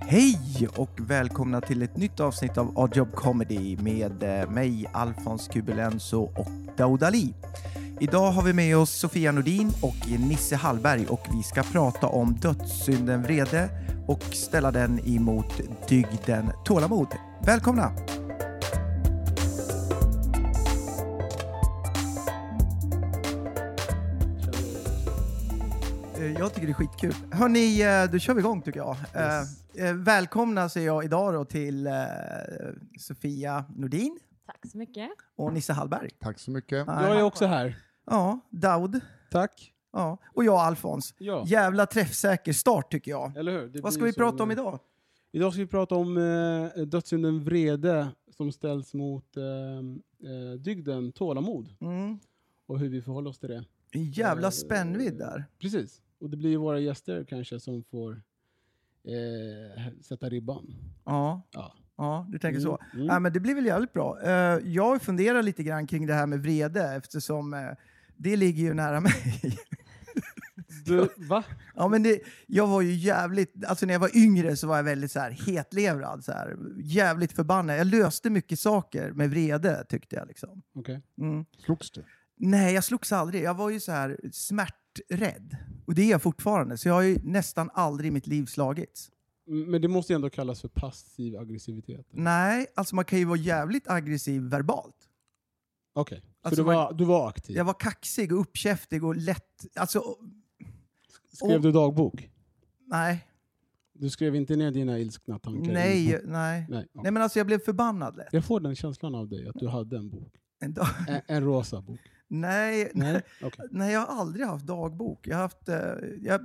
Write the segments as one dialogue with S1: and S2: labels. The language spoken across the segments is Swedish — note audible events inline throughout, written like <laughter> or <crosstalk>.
S1: Hej och välkomna till ett nytt avsnitt av Odd Job Comedy med eh, mig, Alfons Kubelenso och Daoud Ali. Idag har vi med oss Sofia Nordin och Nisse Hallberg och vi ska prata om dödssynden vrede och ställa den emot dygden tålamod. Välkomna! Eh, Jag tycker det är skitkul. Hörni, eh, då kör vi igång tycker jag. Eh, eh, Välkomna säger jag idag då till eh, Sofia Nordin
S2: Tack så mycket.
S1: och Nisse Hallberg.
S3: Tack så mycket.
S4: Jag är också här.
S1: Ja, Daud.
S4: Tack.
S1: Ja, och jag Alfons.
S4: Ja,
S1: Jävla träffsäker start tycker jag.
S4: eller hur? Det blir
S1: Vad ska vi
S4: som-
S1: prata om idag?
S4: Idag ska vi prata om eh, dödssynden vrede som ställs mot eh, eh, dygden tålamod
S1: Mm.
S4: och hur vi förhåller oss till det.
S1: En jävla
S4: Eh,
S1: spännvidd där.
S4: Precis. Och det blir ju våra gäster kanske som får eh, sätta ribban.
S1: Ja,
S4: Ja.
S1: ja du tänker så.
S4: Mm.
S1: Ja, men det blir väl jävligt bra. Eh, jag funderar lite grann kring det här med vrede eftersom eh, det ligger ju nära mig.
S4: <laughs>
S1: <laughs>
S4: Du, va?
S1: Ja, men det, jag var ju jävligt, alltså när jag var yngre så var jag väldigt så här hetlevrad. Så här, jävligt förbannad. Jag löste mycket saker med vrede tyckte jag. Liksom.
S4: Okej.
S1: Mm.
S3: Slogs du?
S1: Nej, jag slogs aldrig. Jag var ju så här smärträdd. Och det är jag fortfarande. Så jag har ju nästan aldrig i mitt liv slagits.
S4: Mm, Men det måste ju ändå kallas för passiv aggressivitet.
S1: Nej, alltså man kan ju vara jävligt aggressiv verbalt.
S4: Okej. Så
S1: Alltså,
S4: du, var, du var aktiv?
S1: Jag var kaxig och uppkäftig och lätt... Alltså,
S4: Skrev du dagbok?
S1: nej.
S4: Du skrev inte ner dina ilskna tankar?
S1: Nej, nej.
S4: Nej. Mm. ja.
S1: Nej, men alltså jag blev förbannad lätt.
S4: Jag får den känslan av dig, att du hade en bok.
S1: En dag.
S4: En, en rosa bok.
S1: Nej, nej.
S4: Nej, okej.
S1: Nej, jag har aldrig haft dagbok. Jag har haft... eh, jag,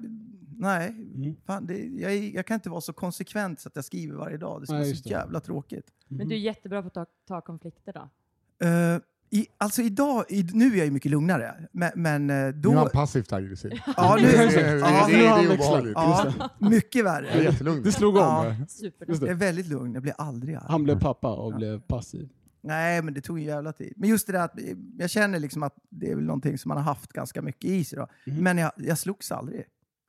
S1: nej,
S4: Mm.
S1: fan, det, jag, är- jag kan inte vara så konsekvent så att jag skriver varje dag. Det skulle
S4: Nej,
S1: vara
S4: just
S1: så
S4: det.
S1: jävla tråkigt.
S2: Men du är jättebra på att ta, ta konflikter då.
S1: Eh, i, alltså idag, i, nu är jag ju mycket lugnare, men, men eh, då...
S3: Nu är han passivt
S4: <laughs>
S3: aggressiv.
S1: ja, nu,
S3: Det,
S4: Exakt.
S3: är-
S1: Ja,
S3: det,
S1: nu
S3: är-
S1: har han
S3: det är
S4: växlat.
S3: obehagligt.
S1: ja, mycket
S3: Jag är
S1: värre.
S3: jättelugn.
S4: Det slog om.
S1: Ja.
S4: va?
S2: Supernöjd.
S4: Just
S1: Jag är
S4: det.
S1: väldigt lugn, jag blir aldrig arg.
S4: Han blev pappa och blev passiv.
S1: Nej, men det tog en jävla tid. Men just det där att eh, jag känner liksom att det är väl någonting som man har haft ganska mycket i sig. Då.
S4: Mhm.
S1: Men jag, jag slogs aldrig.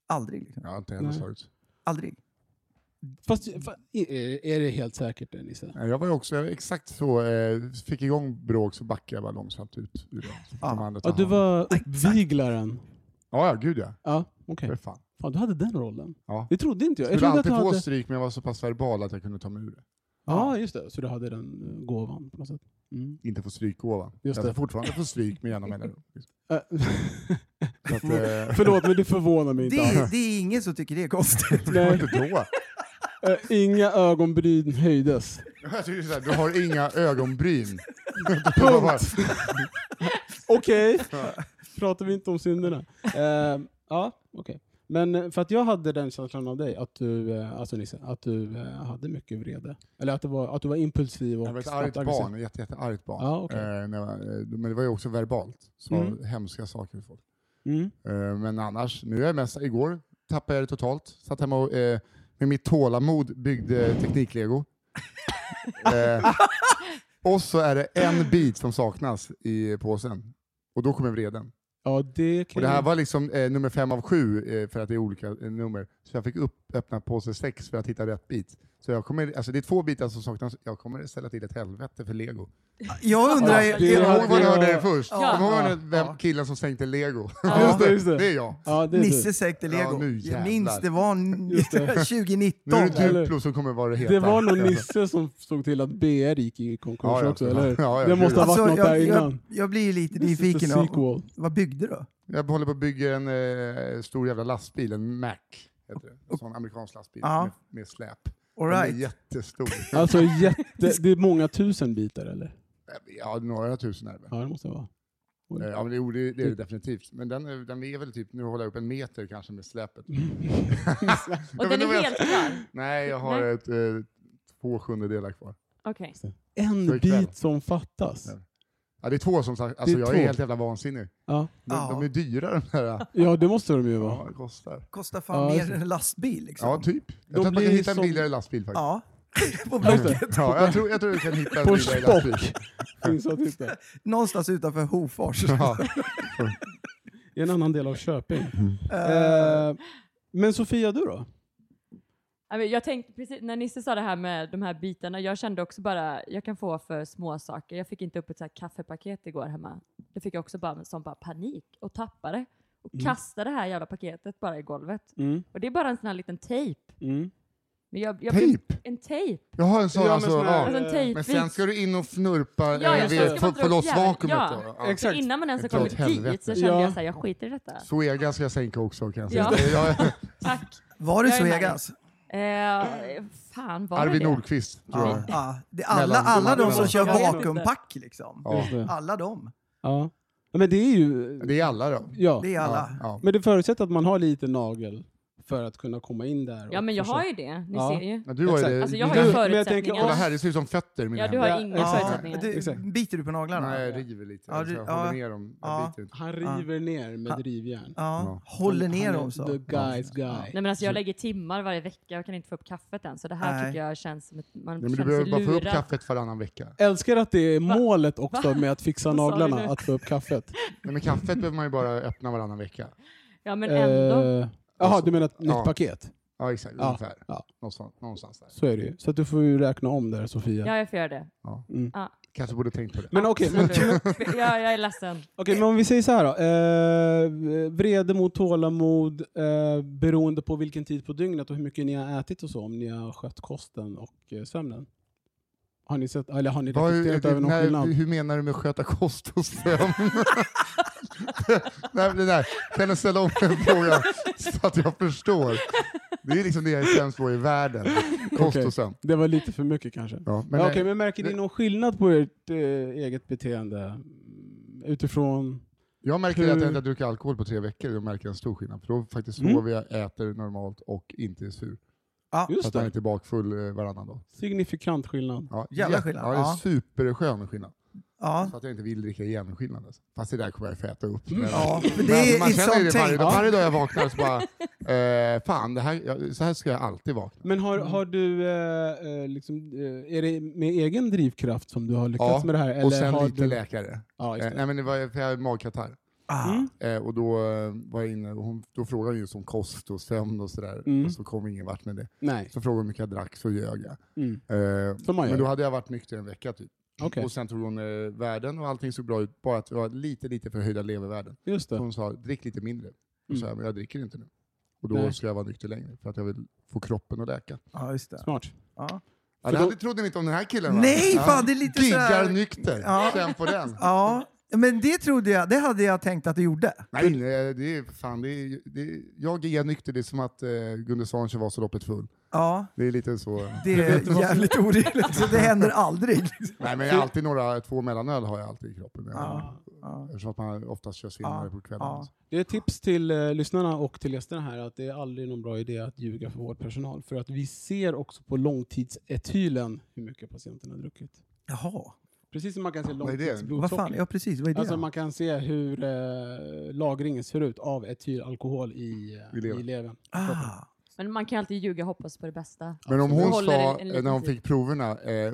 S1: Aldrig. Liksom.
S3: Jag har inte heller
S4: Nej.
S3: slagits.
S1: Aldrig.
S4: Fast, fa- i- är- är det helt säkert det Nisse?
S3: Nej, Jag var ju också jag var exakt så, eh, fick igång bråk så backade jag bara långsamt ut ur det. Så fick
S1: Ja.
S3: de andra ta
S4: Ja, du
S3: hand.
S4: var uppviglaren.
S3: ja, ja, gud ja.
S4: Ja, okej.
S3: För fan.
S4: Fan, du hade den rollen.
S3: Ja.
S4: Det trodde inte jag.
S3: Jag
S4: Jag
S3: skulle
S4: trodde att du
S3: alltid få
S4: hade...
S3: stryk men jag var så pass verbal att jag kunde ta mig ur det.
S4: Ja, just det. Så du hade den eh, gåvan på något sätt. Mm.
S3: Inte få stryk ovan. jag
S4: Just det.
S3: ska fortfarande få stryk med jämna mellanrum.
S4: Äh,
S3: liksom. Så att, eh,
S4: <laughs>
S3: <laughs>
S4: Förlåt, men det förvånar mig inte alls.
S1: Det, det är ingen som tycker det är konstigt.
S3: det var inte då.
S4: Eh, Inga ögonbryn höjdes.
S3: Jag tycker så här, du har inga ögonbryn. <laughs> Du har bara-
S4: Okej.
S3: <laughs>
S4: Pratar vi inte om synderna? Eh, ja, okej. Men eh, för att jag hade den känslan av dig, att du, eh, alltså Nisse, att du eh, hade mycket vrede. Eller att, det var, att du var impulsiv och
S3: Jag var ett
S4: snabbt
S3: argt
S4: aggressiv.
S3: barn, ett jätte, jätteargt barn.
S4: Ja, okej.
S3: Eh, när jag var- eh, men det var ju också verbalt, så
S4: Mm.
S3: hemska saker till folk.
S4: Mm.
S3: Eh, men annars, nu är jag mest, igår tappade jag det totalt. Satt hemma och eh, med mitt tålamod byggde
S4: <laughs>
S3: tekniklego. eh, och så är det en bit som saknas i påsen. Och då kommer vreden.
S4: Ja, det
S3: Och
S4: kan
S3: det här
S4: jag-
S3: var liksom eh, nummer fem av sju eh, för att det är olika eh, nummer. Så jag fick upp, öppna påse sex för att hitta rätt bit. Så jag kommer, alltså det är två bitar som saknas. Jag kommer ställa till ett helvete för lego.
S1: Jag undrar...
S4: Ja,
S3: Kommer
S4: hade
S3: du ihåg vad du
S4: jag-
S3: hörde det först?
S2: Ja.
S3: Kommer du
S4: Ja.
S3: ihåg vem killen som sänkte lego?
S2: Ja.
S4: Just det, just det.
S3: är jag.
S4: Ja, det är
S1: Nisse sänkte lego.
S3: Ja, nu
S1: jag
S3: jävlar.
S1: minns det var
S4: Just
S1: <laughs>
S4: det.
S1: 2019.
S3: Nu är det
S4: Eller-
S3: Duplo som kommer vara det
S4: du.
S3: heta. Alltså.
S4: Det var nog Nisse som såg till att BR gick i konkurs
S3: Ja, ja.
S4: också, eller hur?
S3: Ja, ja,
S4: det måste ha varit
S1: Alltså,
S4: något där
S1: jag, jag,
S4: innan.
S1: jag blir ju lite
S4: This is the
S1: nyfiken. av-
S4: sequel.
S1: Vad byggde du?
S3: Jag håller på att bygga en eh, stor jävla lastbil, en Mac. Heter det. En sån amerikansk lastbil
S1: Ja.
S3: med, med släp.
S1: All
S3: Den är
S1: right.
S3: jättestor.
S4: Alltså jätte, det är många tusen bitar eller?
S3: ja, några tusen är det väl.
S4: Ja, det måste det vara.
S3: Eh, Ja, men det, det, det är det definitivt. Men den, är- den är väl typ, nu håller jag upp en meter kanske med
S4: <laughs>
S3: släpet.
S2: Och
S3: men
S2: den
S3: då
S2: är
S3: vet- <laughs>
S2: helt klar?
S3: Nej, jag har
S2: Nej.
S3: ett, eh, två sjundedelar kvar.
S2: Okej.
S3: För
S4: <laughs> En
S3: ikväll.
S4: bit som fattas.
S3: Ja. Ja, det är två som sagt. Alltså,
S4: Det är
S3: jag
S4: två.
S3: är helt jävla vansinnig.
S4: Ja,
S3: De,
S1: Ja.
S3: de är dyra de här.
S4: ja det måste de ju
S3: Ja,
S4: vara.
S3: det kostar.
S1: Kostar fan
S4: Ja,
S1: mer än en lastbil liksom.
S3: Ja, typ. Jag
S4: De
S3: tror att man
S4: blir
S3: kan hitta
S4: som-
S3: en billigare lastbil faktiskt.
S1: Ja. <laughs> På
S4: Just
S1: Blocket.
S4: det.
S3: Ja, jag, tror, jag tror du kan hitta en
S4: På
S3: billigare lastbil.
S4: stock <laughs> finns att hitta.
S1: Någonstans utanför Hofors.
S3: <laughs> Ja.
S4: I en annan del
S1: <laughs>
S4: av Köping.
S1: Eh,
S4: Eh, men Sofia, du då?
S2: Ja, men Jag tänkte precis, när Nisse sa det här med de här bitarna, jag kände också bara, jag kan få för små saker. Jag fick inte upp ett så här kaffepaket igår hemma. Det fick jag också bara, som bara panik och tappade och kastade det här jävla paketet bara i golvet.
S4: Mm.
S2: Och det är bara en sån här liten tejp.
S4: Mm.
S2: Men jag- jag blev-
S3: Tejp!
S2: En tejp.
S3: typ. Jag har en sån
S4: Ja, men
S3: alltså.
S4: sån här-
S3: Ja.
S2: Alltså en
S4: Eh,
S2: tejpbit.
S3: Men sen ska du in och fnurpa, eh,
S2: Ja,
S3: ja,
S2: ja,
S3: jag
S2: så ska man
S3: få,
S2: dra
S3: få
S2: upp
S3: loss
S2: jävlar.
S3: vakuumet.
S2: Ja.
S3: Då.
S4: Exakt.
S2: Så innan man ens har
S3: Dra åt
S2: kommit dit så
S3: helvete.
S2: kände
S4: Ja.
S2: jag så här, jag skiter i detta.
S3: Zoega ska jag sänka också kan jag säga.
S2: Ja.
S3: Det- <laughs> jag-
S2: Tack.
S1: var det
S2: jag är
S1: så
S2: med.
S1: Egas?
S2: Eh, fan var
S3: Arvid
S2: det?
S3: Nordqvist tror jag.
S1: Ja. Det är alla,
S3: Mellan-
S1: alla de som
S3: mellan-
S1: kör
S2: Jag vet inte.
S1: vakuumpack liksom.
S3: Ja.
S4: Just det.
S1: Alla de.
S4: Ja. Ja, Men det är ju...
S3: Det är alla då.
S4: Ja.
S1: Det är alla.
S3: Ja.
S4: Men det förutsätter att man har lite nagel för att kunna komma in där. och
S2: Ja men jag
S4: försöka-
S2: har ju det, ni
S4: Ja.
S2: ser ju.
S3: Ja, du har ju
S4: Exakt.
S3: det.
S2: Alltså jag har
S4: Du-
S2: ju
S4: men jag tänker-
S3: Kolla
S2: förutsättningar.
S3: här, det ser ut som fötter i mina
S2: Ja du
S3: händer.
S2: har
S4: Ja,
S2: inga
S4: exakt.
S2: förutsättningar.
S1: du,
S4: Exakt.
S1: biter du på naglarna?
S3: Nej, jag river lite.
S1: Ja,
S3: Alltså,
S1: du-
S3: jag
S1: ja.
S3: håller ner dem. Jag
S1: Ja.
S3: biter inte.
S4: Han river ner med drivjärn.
S1: Ja.
S3: Ja.
S1: Håller
S4: Han
S1: ner
S4: är
S1: dem så.
S4: The guy's guy.
S2: Nej men alltså jag lägger timmar varje vecka, jag kan inte få upp kaffet än. Så det här
S1: Nej.
S2: tycker jag känns som ett, man
S3: Ja, men du
S2: känner sig
S3: behöver bara få upp
S2: lurad.
S3: kaffet varannan vecka.
S4: Älskar att det är målet också med att fixa
S2: Vad sa du
S4: naglarna,
S2: nu?
S4: att få upp kaffet.
S3: Nej, men kaffet behöver man ju bara öppna varannan vecka.
S2: Ja men ändå.
S4: Eh, Jaha, du menar ett
S3: Ja.
S4: nytt paket?
S3: Ja, exakt.
S4: Ja.
S3: Ungefär.
S4: Ja.
S3: Någonstans, någonstans där.
S4: Så är det ju. Så att du får ju räkna om där Sofia.
S2: Ja jag får göra det.
S3: Kanske borde tänkt på det.
S4: Men okej, men,
S2: Absolut. ja, jag är ledsen.
S4: okej, men om vi säger så här då. Eh, vrede mot tålamod eh, beroende på vilken tid på dygnet och hur mycket ni har ätit och så, om ni har skött kosten och eh, sömnen. Har ni, sett, eller har ni
S3: Vad-
S4: reflekterat över någon
S3: när-
S4: skillnad?
S3: hur menar du med att sköta kost och sömn? <laughs> nej, det där. Kan du ställa om den frågan så att jag förstår? Det är liksom det jag är sämst på i världen. Kost
S4: Okej.
S3: och sömn.
S4: Det var lite för mycket kanske.
S3: Ja, men, eh,
S4: Men, Okej, men märker ni
S3: det-
S4: någon skillnad på ert eh, eget beteende mm, utifrån...
S3: Jag märker att jag
S4: Hur-
S3: inte har druckit alkohol på tre veckor. Jag märker en stor skillnad. För då faktiskt
S4: Mm.
S3: sover jag, äter normalt och inte är sur.
S1: Ja.
S3: Så
S4: Just
S3: att man
S4: det,
S3: inte är bakfull eh, varannan dag.
S4: signifikant skillnad.
S3: Ja,
S1: Jävla
S3: jä-
S1: skillnad,
S3: Ja, det är
S1: ja.
S3: en superskön skillnad.
S1: Ja.
S3: Så att jag inte vill dricka igen skillnad. Alltså. Fast det där kommer jag få äta upp. Men,
S1: Ja, för
S3: men
S1: det är
S3: man
S1: it's
S3: känner ju
S1: on
S3: det varje dag.
S1: tape.
S3: Varje dag jag vaknar så bara, <laughs> eh, fan, det här, jag, så här ska jag alltid vakna.
S4: Men har, har du, eh, eh, liksom, eh, är det med egen drivkraft som du har lyckats
S3: Ja,
S4: med det här? Eller
S3: och sen
S4: har
S3: lite
S4: du...
S3: läkare.
S4: Ja, just
S3: Eh,
S4: det.
S3: nej, men det var, för jag har magkatarr.
S1: Ah.
S4: Mm.
S3: Eh, och då eh, var jag inne och hon, då frågade hon just om kost och sömn och sådär.
S4: Mm.
S3: Och så kom ingen vart med det.
S4: Nej.
S3: Så frågade hon hur mycket jag drack, så ljög jag.
S4: Mm.
S3: Eh,
S4: Som man gör.
S3: men då hade jag varit nykter en vecka typ.
S4: Okej,
S3: Och sen tog hon eh, värden och allting såg bra ut, bara att det var lite, lite förhöjda levervärden.
S4: just
S3: Så
S4: det.
S3: hon sa, drick lite mindre. Och
S4: Mm.
S3: så här, men jag dricker inte nu. Och då
S4: Nej.
S3: ska jag vara nykter längre, för att jag vill få kroppen att läka.
S1: Ja, just det.
S4: Smart.
S1: Ja.
S3: Ja,
S4: För
S3: det
S4: då-
S3: hade, trodde ni inte om den här killen va?
S1: Nej,
S3: Ja.
S1: fan det är lite
S3: Giggar
S1: sådär...
S3: nykter,
S1: Ja.
S3: känn på den.
S1: Ja, men det trodde jag, det hade jag tänkt att du gjorde.
S3: Nej, nej, det är fan, det är, det är, jag giggar nykter, det är som att eh, Gunde Svansen var så loppet full.
S1: Ja,
S3: Det är lite så.
S1: det är jävligt orimligt. Så det händer aldrig.
S3: <laughs>
S1: Liksom.
S3: Nej, men jag har alltid några, två mellanöl har jag alltid i kroppen.
S1: Ja. Ja.
S3: Eftersom att man oftast kör senare
S1: Ja.
S3: på kvällen.
S1: Ja.
S4: Det är ett tips till eh, lyssnarna och till gästerna här att det är aldrig någon bra idé att ljuga för vårdpersonal. För att vi ser också på långtidsetylen hur mycket patienten har druckit.
S1: Jaha,
S4: Precis som man kan se
S3: Vad är det?
S1: vad fan,
S4: långtidsblodsocker.
S1: ja precis, vad är det?
S4: Alltså man kan se hur eh, lagringen ser ut av etylalkohol i, eh,
S3: I levern.
S4: i levern.
S1: ah.
S2: Men man kan alltid ljuga och hoppas på det bästa.
S3: Men om
S2: Absolut.
S3: hon
S2: Håller
S3: sa,
S2: en- en liten
S3: när hon
S2: tid.
S3: fick proverna, eh, eh,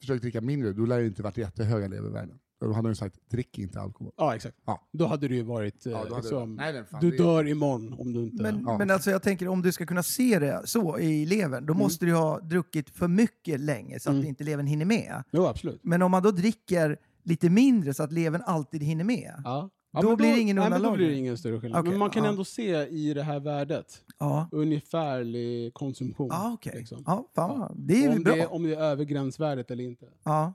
S3: försök dricka mindre, då lär det inte varit jättehöga levervärden. Då hade hon sagt, drick inte alkohol.
S4: Ja, exakt.
S3: Ja.
S4: Då hade det ju varit eh,
S3: Ja, då hade-
S4: liksom,
S3: nej, den fan,
S4: du
S3: det-
S4: dör imorgon om du inte...
S1: Men,
S3: Ja.
S1: men alltså jag tänker om du ska kunna se det så i levern, då måste du ha druckit för mycket länge så att
S4: Mm.
S1: inte levern hinner med.
S4: Jo, absolut.
S1: Men om man då dricker lite mindre så att levern alltid hinner med.
S4: Ja.
S1: Då
S4: men
S1: blir det ingen
S4: nej, men Då
S1: undanlag.
S4: blir det ingen större skillnad.
S1: Okej,
S4: men man kan
S1: ja.
S4: ändå se i det här värdet
S1: Ja,
S4: ungefärlig konsumtion.
S1: ja Ah, okej.
S4: liksom.
S1: Ja, fan, Det är ju
S4: om,
S1: bra.
S4: Det är, om det är över gränsvärdet eller inte.
S1: Ja.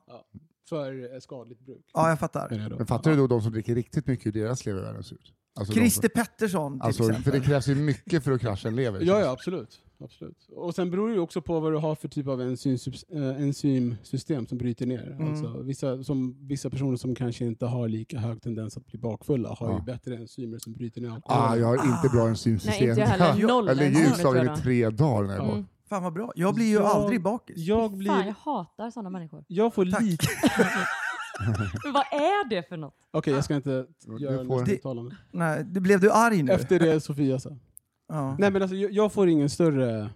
S4: För eh, skadligt bruk.
S1: ja, jag fattar.
S4: Menar jag då.
S3: Men fattar du då de som dricker riktigt mycket hur deras levervärden ser ut? Alltså de som-
S1: Christer Pettersson till
S3: Alltså, för
S1: exempel.
S3: det krävs ju mycket för att krascha en lever.
S4: Ja, ja absolut. absolut. Och sen beror det ju också på vad du har för typ av enzymsubs- eh, enzymsystem som bryter ner.
S3: Mm.
S4: Alltså, vissa, som, vissa personer som kanske inte har lika hög tendens att bli bakfulla har
S3: Ja.
S4: ju bättre enzymer som bryter ner alkohol.
S3: Ah, jag har inte bra enzymsystem.
S2: Nej, inte
S3: <laughs>
S2: jag heller. Noll
S3: Jag ligger
S2: enzym,
S3: utslagen i
S2: tror jag.
S3: tre dagar när jag
S4: Mm.
S3: går.
S1: Fan vad bra. Jag blir ju
S4: Jag-
S1: aldrig bakis.
S4: Jag
S2: Fan,
S4: blir...
S2: jag hatar sådana människor.
S4: Jag får
S1: Tack.
S4: lite...
S2: Men vad är det för något?
S4: Okej, jag ska inte
S3: Du
S4: göra
S3: får-
S4: något uttalande.
S1: Nej, det blev du arg nu?
S4: Efter det Sofia sa.
S1: Ja.
S4: Nej men alltså, jag, jag får ingen större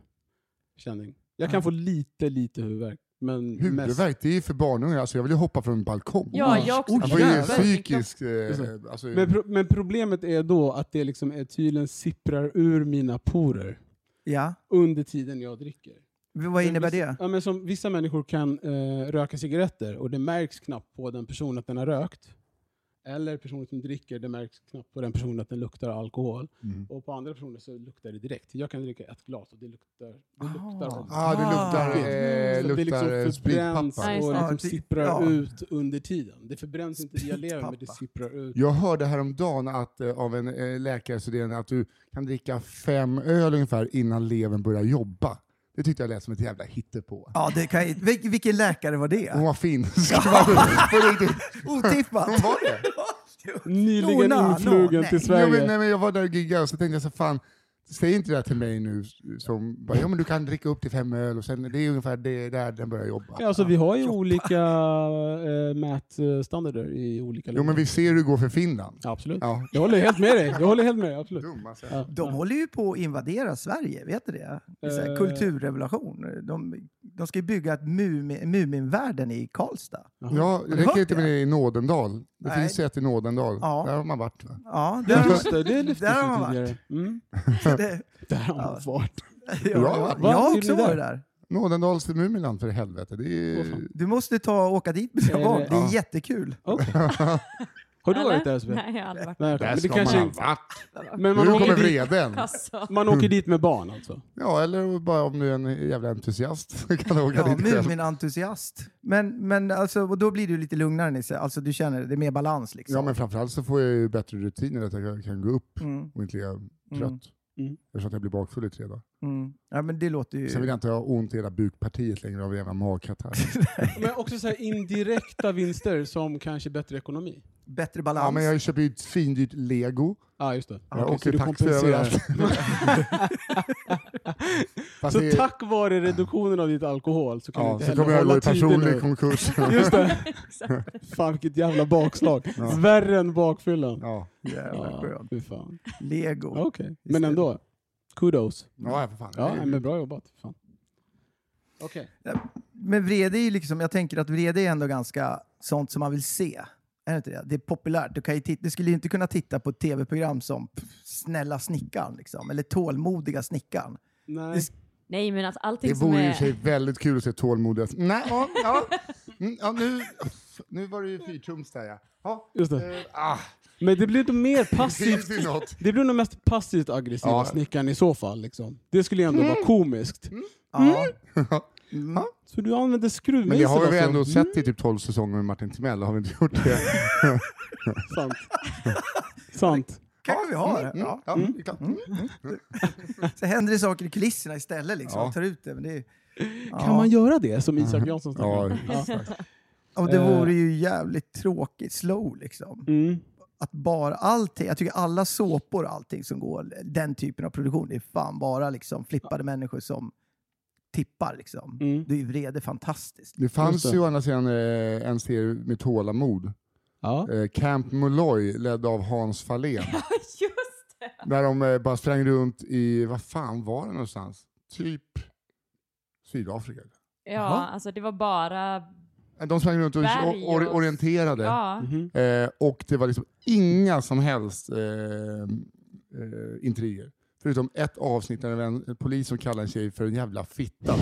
S4: känning. Jag kan få lite, lite huvudvärk. Men mest-
S3: Huvudvärk, det är ju för barnungar. Alltså, jag vill ju hoppa från en balkong.
S2: Ja, jag också.
S3: Han får ju
S2: Jävlar.
S3: psykisk...
S4: Just
S3: Eh,
S4: det.
S3: alltså,
S4: Liksom. Men, pro men problemet är då att det liksom är tydligen sipprar ur mina porer
S1: ja.
S4: under tiden jag dricker.
S1: Vad innebär det?
S4: Ja, men som vissa människor kan eh, röka cigaretter och det märks knappt på den personen att den har rökt. Eller personen som dricker, det märks knappt på den personen att den luktar alkohol.
S3: Mm.
S4: Och på andra personer så luktar det direkt. Jag kan dricka ett glas och det luktar, det luktar
S1: Ah.
S4: om.
S3: ah, det
S1: Ah.
S3: luktar, eh,
S4: Så det
S3: luktar eh,
S4: liksom förbränns
S3: spritpapper.
S2: Nej.
S4: och
S2: Ja,
S4: liksom
S1: det-
S4: sipprar
S1: ja.
S4: ut under tiden. Det förbränns inte via levern, men det
S1: Spritpapper.
S4: sipprar ut.
S3: Jag hörde häromdagen att, eh, av en eh, läkarstuderande att du kan dricka fem öl ungefär innan levern börjar jobba. Det tyckte jag lät som ett jävla hittepå.
S1: Ja, det kan jag... Vil- Vilken läkare var
S3: Hon
S1: det?
S3: var <laughs> finsk. På
S1: <laughs>
S3: riktigt.
S1: Otippat!
S3: Hon var det.
S4: Nyligen
S1: Nona,
S4: influgen
S1: no, nej.
S4: till Sverige.
S3: Jo, men, nej, men jag var där och giggade och så tänkte jag så fan, säg inte det här till mig nu som bara, ja men du kan dricka upp till fem öl och sen, det är ungefär det där den börjar jobba.
S4: Ja, alltså, vi har ju olika eh, mätstandarder i olika länder.
S3: Jo men vi ser hur det går för Finland.
S4: Ja, absolut.
S3: Ja.
S4: Jag håller helt med dig. Jag håller helt med dig, absolut.
S3: Dumma sätt.
S4: Ja,
S1: <laughs> De håller ju på att invadera Sverige, vet du det? det är så här,
S4: Eh.
S1: kulturrevolution. De, de ska ju bygga ett Mumi- Muminvärlden i Karlstad.
S3: Ja, det
S1: du hört
S3: räcker inte med
S1: det?
S3: det i Nådendal. Det
S1: Nej.
S3: finns ju ett i Nådendal.
S1: Ja.
S3: Där har man varit. Va?
S1: Ja,
S4: ja.
S1: där,
S4: Just det, det lyftes
S1: där har man
S4: ju
S1: varit.
S4: tidigare. Mm. <laughs>
S1: det,
S4: Där har man
S1: Ja.
S4: varit.
S1: jag,
S3: va?
S1: jag har
S4: Vad
S1: också
S4: vill ni
S1: varit
S4: där?
S1: där.
S3: Nådendals till Mumiland för helvete. Det är,
S4: Åh, fan.
S1: Du måste ta och åka dit med dina
S4: Är
S1: barn.
S4: det-
S1: Det är
S3: Ja.
S1: jättekul.
S4: Okej.
S3: <laughs>
S4: Har du varit
S2: Eller?
S4: där, Sofia?
S2: Nej, jag har aldrig varit
S4: Nej, okej.
S3: där
S4: Men det
S3: ska
S4: kanske...
S3: man ha varit.
S4: Men man
S3: Nu kommer Mm.
S4: åker, dit,
S3: vreden.
S4: <laughs>
S2: alltså. <laughs>
S4: man åker dit med barn alltså?
S3: Ja, eller bara om du är en jävla entusiast <laughs> kan du åka
S1: Ja,
S3: dit själv.
S1: Muminentusiast. Men, men alltså, och då blir du lite lugnare Nisse. Alltså, du känner det är mer balans liksom.
S3: Ja, men framförallt så får jag ju bättre rutiner att jag kan gå upp
S1: Mm,
S3: och inte ligga
S1: Mm.
S3: trött.
S4: Mm.
S3: Eftersom att jag blir bakfull i tre dagar.
S1: mm. ja, men det låter ju...
S3: Sen vill jag inte ha ont i hela bukpartiet längre av en jävla
S4: <laughs>
S3: magkatarr.
S4: Men också så här indirekta vinster som kanske bättre ekonomi.
S1: Bättre
S3: ja,
S1: balans.
S3: men jag köper ju ett findyrt lego.
S4: Ja, ah, just det.
S3: Jag
S4: Okej, så
S3: åker
S4: du
S3: taxi
S4: kompenserar. <laughs>
S3: överallt. <laughs> Fast
S4: Så
S3: det,
S4: tack vare reduktionen av ditt alkohol så kan du
S3: ja,
S4: inte
S3: så
S4: heller
S3: kommer jag
S4: hålla
S3: gå i personlig
S4: tiden. <laughs>
S3: konkurs.
S4: Just det. Fan vilket jävla bakslag.
S3: Ja.
S4: Värre än bakfyllan.
S3: ja.
S1: Jävla skönt.
S4: fy fan.
S1: Lego.
S4: Ja, Okej, men ändå. Kudos.
S3: ja, för fan.
S4: Ja, nej, men bra jobbat. Fan. Okej.
S1: Men vrede är ju liksom, jag tänker att vrede är ändå ganska sånt som man vill se. Är det inte det? Det är populärt. Du, kan ju titta, du skulle ju inte kunna titta på ett tv-program som pff, Snälla snickaren, liksom, eller Tålmodiga snickaren.
S4: Nej.
S2: Nej, men alltså allting
S3: Det
S2: som
S3: vore i
S2: är...
S3: och för sig väldigt kul att se tålmodet. Nej, ja, ja. Mm, ja, nu, nu var det ju fyrtums där ja. ja.
S4: Just det.
S3: eh, ah,
S4: Men det blir nog mer
S3: finns <laughs>
S4: passivt.
S3: det något?
S4: Det blir nog mest passivt aggressiva
S3: Ja. Mm.
S4: snickaren i så fall. Liksom. Det skulle ju ändå vara komiskt.
S1: Ja.
S4: Så du använder skruvmejsel
S3: Men det har vi väl
S4: alltså?
S3: ändå sett
S1: Mm.
S3: i typ 12 säsonger med Martin Timell, har vi inte gjort det?
S4: Mm, Sant. <laughs> Sant.
S1: kanske vi
S3: Mm.
S1: har. Ja. Mm.
S3: Ja, det är klart.
S1: Så händer det saker i kulisserna istället. Liksom.
S3: Ja.
S1: Tar ut det. Men det, är- ja.
S4: Kan man göra det som Isak Jansson snackar om?
S3: Ja,
S1: ja, men det vore ju jävligt tråkigt. Slow liksom.
S4: Mm.
S1: Att bara allting, jag tycker alla såpor och allting som går, den typen av produktion, det är fan bara liksom flippade människor som tippar liksom.
S4: Mm.
S1: Det är ju vrede fantastiskt.
S3: Det fanns
S4: Just det.
S3: ju å andra sidan eh, en serie med tålamod.
S4: Ja.
S3: Eh, Camp Molloy ledd av Hans
S1: <laughs>
S3: Fahlén.
S2: Just det!
S3: där de eh, bara sprang runt i, vad fan var det någonstans? Typ Sydafrika.
S2: <laughs> Ja,
S3: Jaha.
S2: alltså det var bara
S3: De sprang runt och
S2: Berg
S3: och- or
S2: och-
S3: orienterade.
S2: Ja.
S4: Mhm.
S3: Eh, och det var liksom inga som helst eh, eh, intriger. Förutom ett avsnitt där det var en polis som kallar en tjej för en jävla fitta. och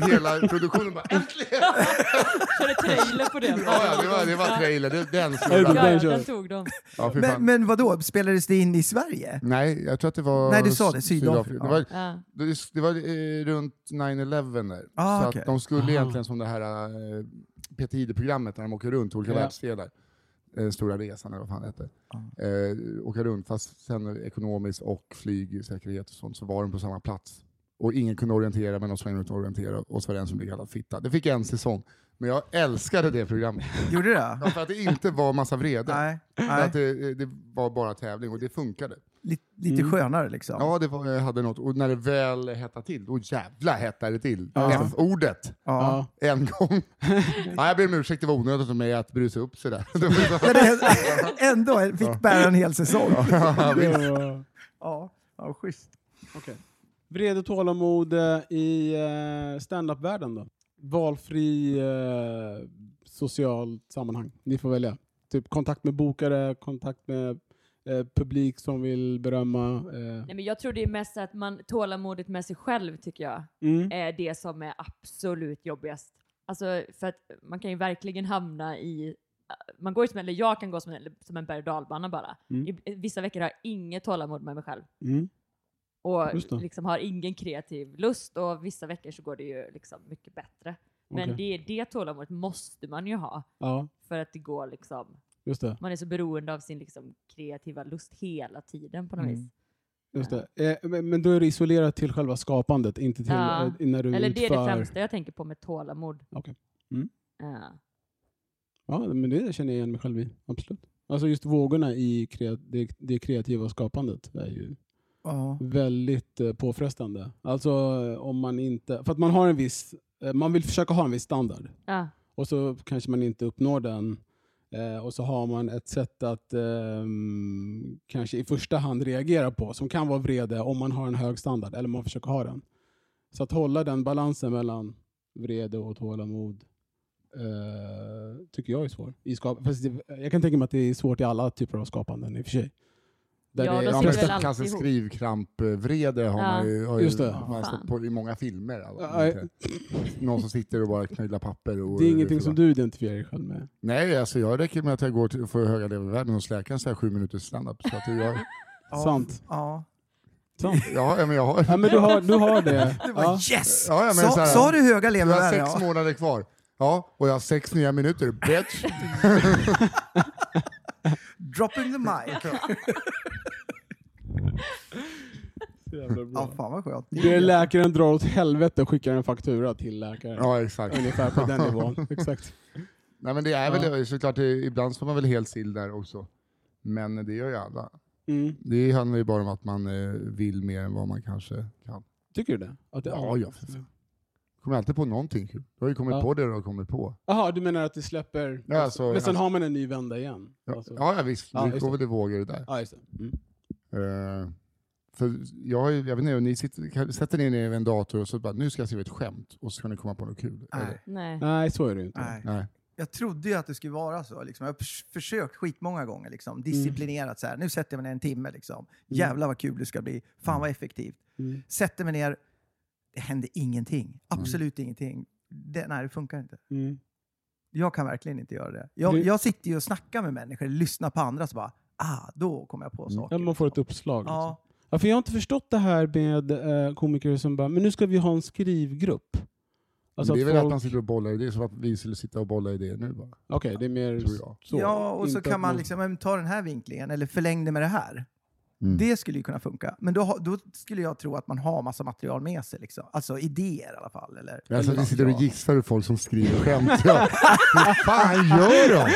S3: då hela produktionen bara äntligen! <laughs>
S2: Körde trailer på det.
S3: Ja, ja, det, var, det var trailer. Det, den
S4: Ja,
S3: snurrade.
S2: Ja, ja,
S4: Kör.
S2: den tog de.
S3: Ja, fy
S1: Men,
S3: fan.
S1: men vadå, spelades det in i Sverige?
S3: Nej, jag tror att det var
S1: Nej, du sa det,
S3: Syd-
S1: Sydafrika.
S3: Det var,
S2: Ja.
S3: det, det var eh, runt 9-11 där.
S1: Ah,
S3: så
S1: okej.
S3: att de skulle
S4: Ah.
S3: egentligen som det här eh, Peter Jihde-programmet när de åker runt till olika
S4: Ja.
S3: världsdelar. Eh, Stora resan eller vad fan det hette.
S1: Ah.
S3: Eh, åka runt, fast sen ekonomiskt och flygsäkerhet och sånt så var de på samma plats. Och ingen kunde orientera men de sprang runt och orienterade och så var det en som blev kallad fitta. Det fick en säsong. Men jag älskade
S1: <laughs>
S3: det programmet.
S1: Gjorde det?
S3: <laughs> Ja, för att det inte var massa vrede.
S1: Nej.
S3: För
S1: nej.
S3: att det, det var bara tävling och det funkade.
S1: Lite, lite skönare liksom. Ja.
S3: Mm. Ja, det var, jag hade något. Och när det väl hettade till, då jävla hettade det till. F-ordet.
S4: Ja.
S3: En gång. Ja, jag ber om ursäkt, det var onödigt av mig att brusa upp sådär. <laughs> Det var så-
S1: Men det- <laughs> Ändå fick bära en hel säsong.
S3: Ja, <laughs>
S4: Det
S3: visst.
S4: var-
S1: Ja, ja schysst.
S4: Okej. Vrede och tålamod eh, i eh, standup-världen då? Valfri eh, socialt sammanhang. Ni får välja. Typ kontakt med bokare, kontakt med eh, publik som vill berömma. Eh.
S2: Nej, men jag tror det är mest att man tålamodet med sig själv tycker jag
S4: Mm.
S2: är det som är absolut jobbigast. Alltså för att man kan ju verkligen hamna i man går ju som, eller jag kan gå som en, som en berg och dalbana bara.
S4: Mm.
S2: I, vissa veckor har jag inget tålamod med mig själv
S4: Mm. Just det.
S2: och liksom har ingen kreativ lust och vissa veckor så går det ju liksom mycket bättre. Men
S4: Okej.
S2: det, det tålamodet måste man ju ha
S4: Ja,
S2: för att det går liksom,
S4: just det.
S2: man är så beroende av sin liksom kreativa lust hela tiden på något
S1: Mm.
S2: vis.
S4: Just det. Eh, men, men då är det isolerat till själva skapandet, inte till
S2: Ja.
S4: eh, när du
S2: Eller det
S4: utför...
S2: är det främsta jag tänker på med tålamod.
S4: Okej. Mm.
S2: Ja.
S4: Ja, men det känner jag igen mig själv i. Absolut. Alltså just vågorna i kreat- det, det kreativa skapandet är ju
S1: Ja.
S4: väldigt eh, påfrestande. Alltså eh, om man inte... För att man har en viss... eh, Man vill försöka ha en viss standard
S2: Ja.
S4: och så kanske man inte uppnår den. Eh, och så har man ett sätt att ehm, kanske i första hand reagera på som kan vara vrede om man har en hög standard eller om man försöker ha den. Så att hålla den balansen mellan vrede och tålamod eh, tycker jag är svår. I skap- Fast det, jag kan tänka mig att det är svårt i alla typer av skapanden i och för sig. Där
S2: Ja,
S4: det,
S2: då
S3: Ja,
S2: ser
S3: men
S2: det väl
S3: kanske
S2: alltid ihop.
S3: skrivkrampvrede har man ju, har ju
S4: Just det.
S3: man har
S2: Fan.
S3: stött på i många filmer. Alltså.
S4: Ja, ja.
S3: Någon som sitter och bara knullar papper. Och
S4: det är ingenting som du identifierar dig själv med.
S3: Nej, alltså jag räcker med att jag går till, får höga levervärden hos läkaren så här sju minuters standup. Så att jag,
S1: Ja.
S4: Sant.
S1: Ja.
S4: Sant.
S3: ja, ja, men jag har...
S4: Ja, men du har, du har det.
S3: <laughs>
S1: Det var
S4: ja.
S1: yes!
S3: Ja, ja, men
S1: sa,
S3: så här-
S1: sa du höga
S3: Du har
S1: levervärden?
S3: sex
S1: Ja.
S3: månader kvar. Ja, och jag har sex nya minuter,
S1: <laughs>
S3: bitch.
S1: Dropping the mic.
S3: <laughs>
S1: Ja,
S4: Ja.
S1: fan vad skönt.
S4: Det är läkaren drar åt helvete och skickar en faktura till läkaren.
S3: Ja, exakt.
S4: Ungefär på den nivån. Exakt.
S3: <laughs> Nej, men det är
S4: Ja.
S3: väl såklart, det, ibland får man väl helt sill där också. Men det gör ju alla.
S4: Mm.
S3: Det handlar ju bara om att man eh, vill mer än vad man kanske kan.
S4: Tycker du det? Att det
S3: Ja, ja, för fan. Kommer alltid på någonting kul. Du har ju kommit
S4: Ja.
S3: på det du har kommit på.
S4: Jaha, du menar att det släpper...
S3: Ja, alltså,
S4: men sen
S3: alltså-
S4: har man en ny vända igen?
S3: Ja,
S4: Alltså.
S3: ja, ja visst.
S4: Ja,
S3: Vi
S4: just
S3: går
S4: det.
S3: väl i vågor där.
S4: Ja, just det. Mm.
S3: Eh, för jag, har ju- jag vet inte, ni sitter, kan- sätter ni er ner vid en dator och så bara, nu ska jag skriva ett skämt och så ska ni komma på något kul.
S1: Nej,
S3: Eller?
S2: Nej.
S4: Nej, så är det ju inte.
S1: nej.
S3: Nej.
S1: Jag trodde ju att det skulle vara så. Liksom. Jag har förs- försökt skitmånga gånger.
S3: Mm.
S1: Liksom. Disciplinerat så här. Nu sätter jag mig ner en timme. Liksom. Jävlar vad kul det ska bli. Fan vad effektivt.
S4: Mm.
S1: Sätter mig ner. Det hände ingenting. Absolut ingenting. Det, nej, det funkar inte.
S4: Mm.
S1: Jag kan verkligen inte göra det. Jag,
S4: Det-
S1: jag sitter ju och snackar med människor, lyssnar på andra så bara, ah, då kommer jag på saker.
S4: Mm. Ja, man får ett
S1: liksom.
S4: uppslag. liksom.
S1: Ja,
S4: Ja, för jag har inte förstått det här med eh, komiker som bara, men nu ska vi ha en skrivgrupp. Alltså
S3: det är
S4: att
S3: väl
S4: folk-
S3: att man sitter och bollar idéer, som att vi skulle sitta och bolla idéer nu bara.
S4: Okej, det är mer
S3: Tror jag.
S4: så.
S1: ja och så
S4: Inte att
S1: kan man liksom, "Men ta den här vinklingen eller förläng det med det här.
S3: Mm.
S1: Det skulle ju kunna funka. Men då, ha- då skulle jag tro att man har massa material med sig. Liksom. Alltså idéer i alla fall. Eller,
S3: Alltså,
S1: eller
S3: ni sitter
S1: ja.
S3: och gissar hur folk som skriver skämt. <laughs> Ja. vad fan gör de?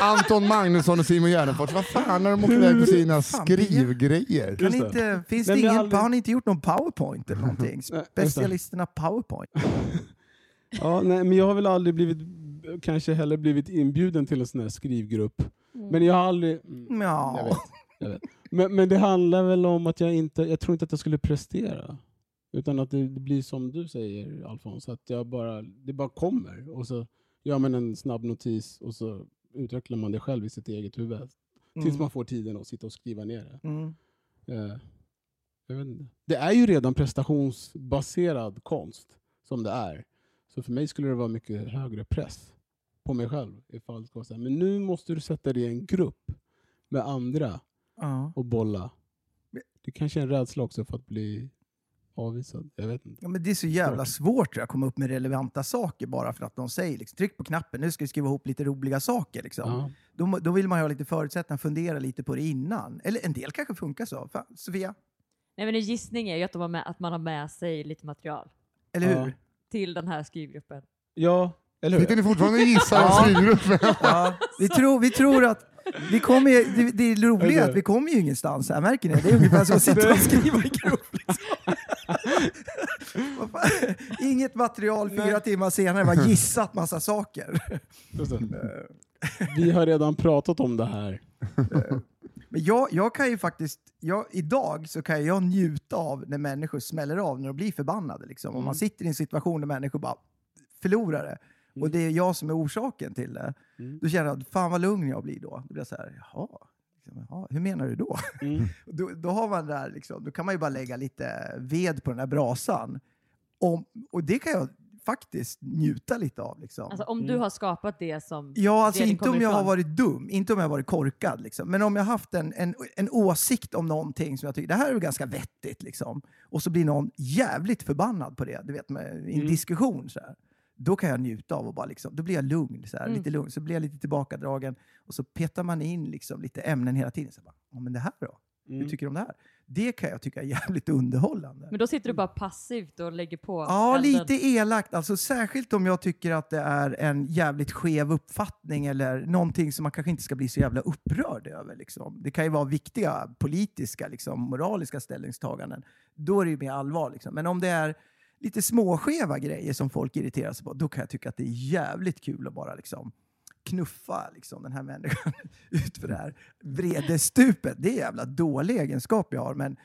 S3: Anton Magnusson och Simon Gärdenfors, vad fan när de åker iväg på sina
S1: Fan, det är-
S3: skrivgrejer?
S1: Kan
S4: Just det.
S1: inte, finns det
S4: Nej, men jag
S1: ingen,
S4: har aldrig-
S1: Har ni inte gjort någon powerpoint eller
S4: <laughs>
S1: någonting?
S4: det.
S1: Specialisterna
S4: <laughs>
S1: powerpoint.
S4: Ja, nej, men jag har väl aldrig blivit, kanske heller blivit inbjuden till en sån här skrivgrupp. Men jag har aldrig... mm, Jag vet,
S1: Ja.
S4: jag vet. Men, men det handlar väl om att jag inte, jag tror inte att jag skulle prestera. Utan att det, det blir som du säger Alfons, att jag bara, det bara kommer. Och så gör man en snabb notis och så utvecklar man det själv i sitt eget huvud. Tills man får tiden att sitta och skriva ner det.
S1: Mm.
S4: Eh, jag vet inte. Det är ju redan prestationsbaserad konst som det är. Så för mig skulle det vara mycket högre press på mig själv. Ifall det var så här, men nu måste du sätta dig i en grupp med andra
S1: Ja.
S4: och bolla. Det kanske är en rädsla också för att bli avvisad. Jag vet inte.
S1: Ja, men det är så jävla svårt tror jag, att komma upp med relevanta saker bara för att de säger liksom, tryck på knappen, nu ska vi skriva ihop lite roliga saker. Liksom.
S4: Ja.
S1: Då, må- då vill man ju ha lite förutsättningar, fundera lite på det innan. Eller en del kanske funkar så. Fan, Sofia,
S2: Nej men en gissning är ju att, de har med, att man har med sig lite material
S1: eller
S4: Ja.
S1: hur?
S2: till den här skrivgruppen.
S4: ja, eller hur?
S1: <laughs>
S3: Sitter ni fortfarande och gissar och skriver upp?
S1: Ja. Vi, tror, vi tror att vi kommer, ju- det, det är roligt
S4: Eller-
S1: att vi kommer ju ingenstans här, märker ni? Det är ungefär som att sitta och skriva i grupp.
S4: <laughs>
S1: Liksom. Vad fan? Inget material fyra
S4: Nej.
S1: timmar senare, man gissat massa saker.
S4: Och så, Vi har redan pratat om det här.
S1: Men jag, jag kan ju faktiskt, jag, idag så kan jag njuta av när människor smäller av, när de blir förbannade. Liksom. Om man sitter i en situation där människor bara förlorar det och det är jag som är orsaken till det. Då känner jag, fan vad lugn jag blir då. Då blir jag så här, jaha, liksom, jaha hur menar du då?
S4: Mm.
S1: <laughs> då, då, har man det där, liksom, då kan man ju bara lägga lite ved på den här brasan. Om, och det kan jag faktiskt njuta lite av. Liksom.
S2: Alltså om du har skapat det som...
S1: Ja, alltså
S2: liksom det den
S1: inte
S2: kommer
S1: om jag har
S2: ifrån.
S1: varit dum, inte om jag har varit korkad. Liksom. Men om jag har haft en, en, en åsikt om någonting som jag tycker det här är väl ganska vettigt. Liksom. Och så blir någon jävligt förbannad på det, du vet, med, i en
S2: Mm.
S1: diskussion. Så här. Då kan jag njuta av och bara liksom, då blir jag lugn, så här,
S2: Mm.
S1: lite lugn. Så blir jag lite tillbakadragen och så petar man in liksom, lite ämnen hela tiden. Så här, bara, ja, men det här då?
S2: Mm.
S1: Hur tycker du om det här? Det kan jag tycka är <laughs> jävligt underhållande.
S2: Men då sitter du bara passivt och lägger på
S1: Ja,
S2: elden.
S1: lite elakt. Alltså, särskilt om jag tycker att det är en jävligt skev uppfattning eller någonting som man kanske inte ska bli så jävla upprörd över. Liksom. Det kan ju vara viktiga politiska, liksom, moraliska ställningstaganden. Då är det ju mer allvar. Liksom. Men om det är lite småskeva grejer som folk irriterar sig på, då kan jag tycka att det är jävligt kul att bara liksom, knuffa liksom, den här människan <laughs> ut för det här vredestupet. Det är jävla dålig egenskap jag har, men